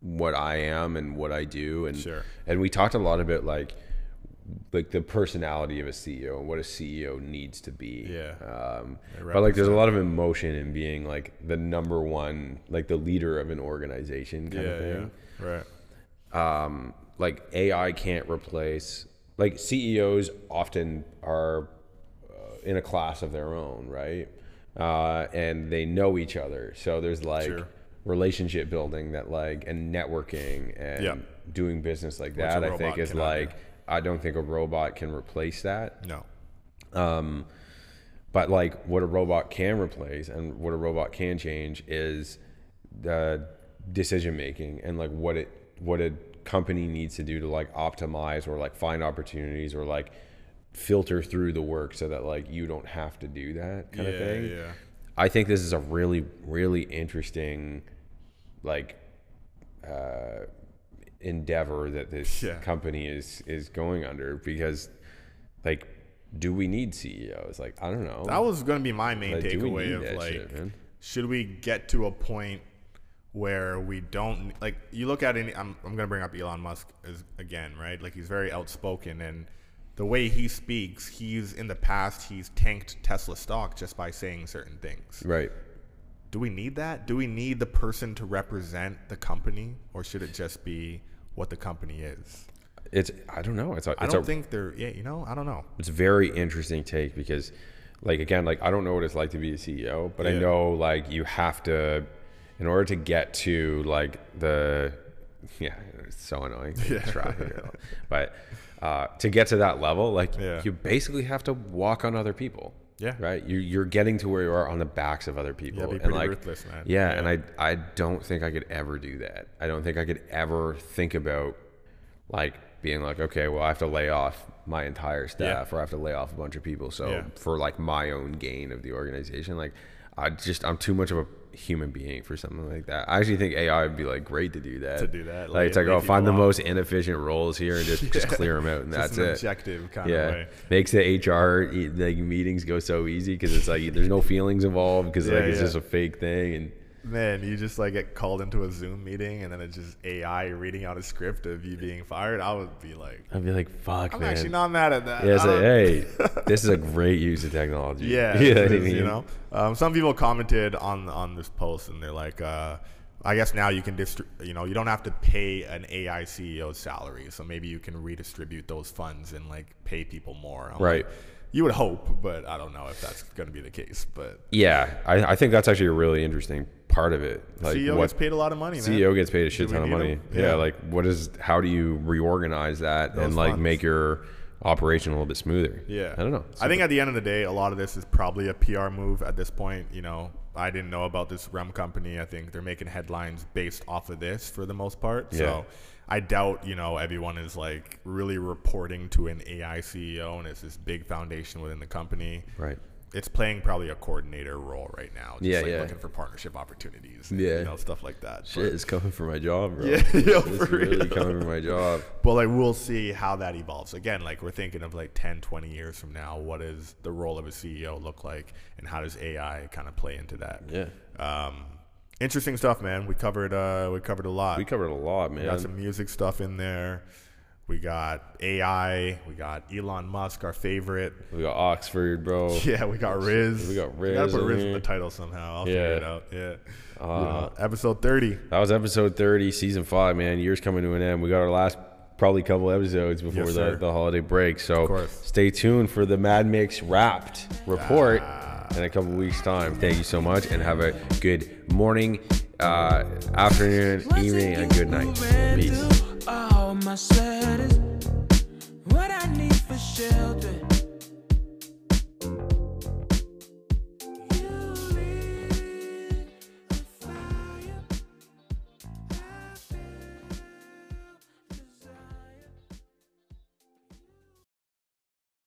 [SPEAKER 2] what I am and what I do. And
[SPEAKER 1] Sure.
[SPEAKER 2] and we talked a lot about like like the personality of a CEO and what a CEO needs to be.
[SPEAKER 1] Yeah.
[SPEAKER 2] Um,
[SPEAKER 1] It
[SPEAKER 2] but like, there's a lot of emotion in being like the number one, like the leader of an organization kind of thing
[SPEAKER 1] right.
[SPEAKER 2] um, like AI can't replace like CEOs often are uh, in a class of their own, right? Uh, and they know each other, so there's like
[SPEAKER 1] Sure.
[SPEAKER 2] relationship building that like and networking and
[SPEAKER 1] Yeah.
[SPEAKER 2] doing business like
[SPEAKER 1] a
[SPEAKER 2] that. I think
[SPEAKER 1] robot
[SPEAKER 2] is
[SPEAKER 1] cannot do.
[SPEAKER 2] like I don't think a robot can replace that
[SPEAKER 1] No,
[SPEAKER 2] but like what a robot can replace and what a robot can change is the decision making and like what it what a company needs to do to like optimize or like find opportunities or like filter through the work so that like you don't have to do that kind
[SPEAKER 1] Yeah,
[SPEAKER 2] of thing
[SPEAKER 1] yeah.
[SPEAKER 2] i think this is a really really interesting like uh endeavor that this
[SPEAKER 1] Yeah.
[SPEAKER 2] company is is going under because like do we need ceos like i don't know
[SPEAKER 1] that was going to be my main
[SPEAKER 2] Like, do we need
[SPEAKER 1] takeaway of
[SPEAKER 2] that
[SPEAKER 1] like.
[SPEAKER 2] shit, man?
[SPEAKER 1] should we get to a point where we don't like you look at any I'm, I'm gonna bring up Elon Musk as, again right like he's very outspoken and the way he speaks he's in the past he's tanked Tesla stock just by saying certain things
[SPEAKER 2] right
[SPEAKER 1] do we need that do we need the person to represent the company or should it just be what the company is
[SPEAKER 2] it's i don't know it's a,
[SPEAKER 1] I
[SPEAKER 2] it's,
[SPEAKER 1] don't
[SPEAKER 2] a
[SPEAKER 1] think they're yeah you know I don't know
[SPEAKER 2] it's a very interesting take because like again like i don't know what it's like to be a ceo but i
[SPEAKER 1] Yeah.
[SPEAKER 2] know like you have to in order to get to like the yeah it's so annoying traffic and all. but uh, to get to that level like
[SPEAKER 1] Yeah.
[SPEAKER 2] you basically have to walk on other people
[SPEAKER 1] Yeah.
[SPEAKER 2] right you you're getting to where you are on the backs of other people
[SPEAKER 1] be
[SPEAKER 2] and
[SPEAKER 1] pretty
[SPEAKER 2] like
[SPEAKER 1] ruthless, man.
[SPEAKER 2] yeah and i i don't think i could ever do that i don't think i could ever think about like being like okay well i have to lay off my entire staff or i have to lay off a bunch of people so
[SPEAKER 1] Yeah.
[SPEAKER 2] for like my own gain of the organization like i just i'm too much of a human being for something like that. I actually think AI would be like great to do that.
[SPEAKER 1] To do that,
[SPEAKER 2] like,
[SPEAKER 1] like,
[SPEAKER 2] it's like
[SPEAKER 1] make
[SPEAKER 2] oh, find the
[SPEAKER 1] people up.
[SPEAKER 2] most inefficient roles here and just just clear them out, and
[SPEAKER 1] Just
[SPEAKER 2] that's
[SPEAKER 1] an
[SPEAKER 2] it.
[SPEAKER 1] objective kind
[SPEAKER 2] yeah,
[SPEAKER 1] of way.
[SPEAKER 2] makes the HR e- like meetings go so easy because it's like there's no feelings involved because
[SPEAKER 1] Yeah,
[SPEAKER 2] like it's
[SPEAKER 1] yeah.
[SPEAKER 2] just a fake thing and.
[SPEAKER 1] Man, you just like get called into a Zoom meeting and then it's just AI reading out a script of you being fired. I would be like,
[SPEAKER 2] I'd be like, fuck,
[SPEAKER 1] I'm
[SPEAKER 2] man.
[SPEAKER 1] actually not mad at that.
[SPEAKER 2] yeah, it's
[SPEAKER 1] I
[SPEAKER 2] like,
[SPEAKER 1] don't-
[SPEAKER 2] hey, this is a great use of technology.
[SPEAKER 1] Um, Yeah,
[SPEAKER 2] you know
[SPEAKER 1] it
[SPEAKER 2] what I
[SPEAKER 1] is,
[SPEAKER 2] mean?
[SPEAKER 1] you know. Um, some people commented on on this post, and they're like, uh, "I guess now you can distri- you know, you don't have to pay an AI CEO's E salary, so maybe you can redistribute those funds and like pay people more." I'm like,
[SPEAKER 2] Right.
[SPEAKER 1] you would hope, but I don't know if that's going to be the case. But
[SPEAKER 2] Yeah, I, I think that's actually a really interesting part of it. Like
[SPEAKER 1] CEO E
[SPEAKER 2] what E
[SPEAKER 1] gets paid a lot of money. man.
[SPEAKER 2] CEO gets paid a shit
[SPEAKER 1] Do we
[SPEAKER 2] ton of
[SPEAKER 1] need
[SPEAKER 2] money.
[SPEAKER 1] them?
[SPEAKER 2] Yeah.
[SPEAKER 1] Yeah.
[SPEAKER 2] like what is how do you reorganize that
[SPEAKER 1] Those
[SPEAKER 2] and like
[SPEAKER 1] funds.
[SPEAKER 2] make your operation a little bit smoother?
[SPEAKER 1] Yeah.
[SPEAKER 2] I don't know.
[SPEAKER 1] I think at the end of the day, a lot of this is probably a PR move at this point. You know, I didn't know about this rum company. I think they're making headlines based off of this for the most part.
[SPEAKER 2] Yeah.
[SPEAKER 1] So I doubt, you know, everyone is like really reporting to an AI CEO E and it's this big foundation within the company.
[SPEAKER 2] right.
[SPEAKER 1] It's playing probably a coordinator role right now. Just
[SPEAKER 2] Yeah,
[SPEAKER 1] like
[SPEAKER 2] yeah.
[SPEAKER 1] looking for partnership opportunities. and,
[SPEAKER 2] Yeah.
[SPEAKER 1] You know, stuff like that.
[SPEAKER 2] Shit is coming for my job, bro.
[SPEAKER 1] Yeah,
[SPEAKER 2] It's-
[SPEAKER 1] yo,
[SPEAKER 2] it's
[SPEAKER 1] for
[SPEAKER 2] really
[SPEAKER 1] real.
[SPEAKER 2] coming for my job.
[SPEAKER 1] But like we'll see how that evolves. Again, like we're thinking of like 10, 20 years from now, what does the role of a CEO look like and how does AI kind of play into that?
[SPEAKER 2] Yeah.
[SPEAKER 1] Um interesting stuff, man. We covered uh we covered a lot.
[SPEAKER 2] We
[SPEAKER 1] We
[SPEAKER 2] covered a lot, man.
[SPEAKER 1] got some music stuff in there. We got AI, we got Elon Musk, our favorite.
[SPEAKER 2] we got Oxford, bro.
[SPEAKER 1] Yeah, we got Riz.
[SPEAKER 2] We got
[SPEAKER 1] gotta
[SPEAKER 2] Riz
[SPEAKER 1] put
[SPEAKER 2] in
[SPEAKER 1] Riz in
[SPEAKER 2] here.
[SPEAKER 1] the title somehow. I'll
[SPEAKER 2] Yeah. Uh,
[SPEAKER 1] figure it out. Yeah. You know, episode thirty.
[SPEAKER 2] That was episode 30, season five, man. Year's coming to an end. We got our last probably couple episodes before
[SPEAKER 1] Yes,
[SPEAKER 2] the,
[SPEAKER 1] sir.
[SPEAKER 2] the holiday break. So
[SPEAKER 1] course.
[SPEAKER 2] stay tuned for the Mad Mix Wrapped report
[SPEAKER 1] Ah.
[SPEAKER 2] in a couple weeks' time. Thank you so much and have a good morning, uh, afternoon, evening, and good night. Peace.
[SPEAKER 3] All my saddest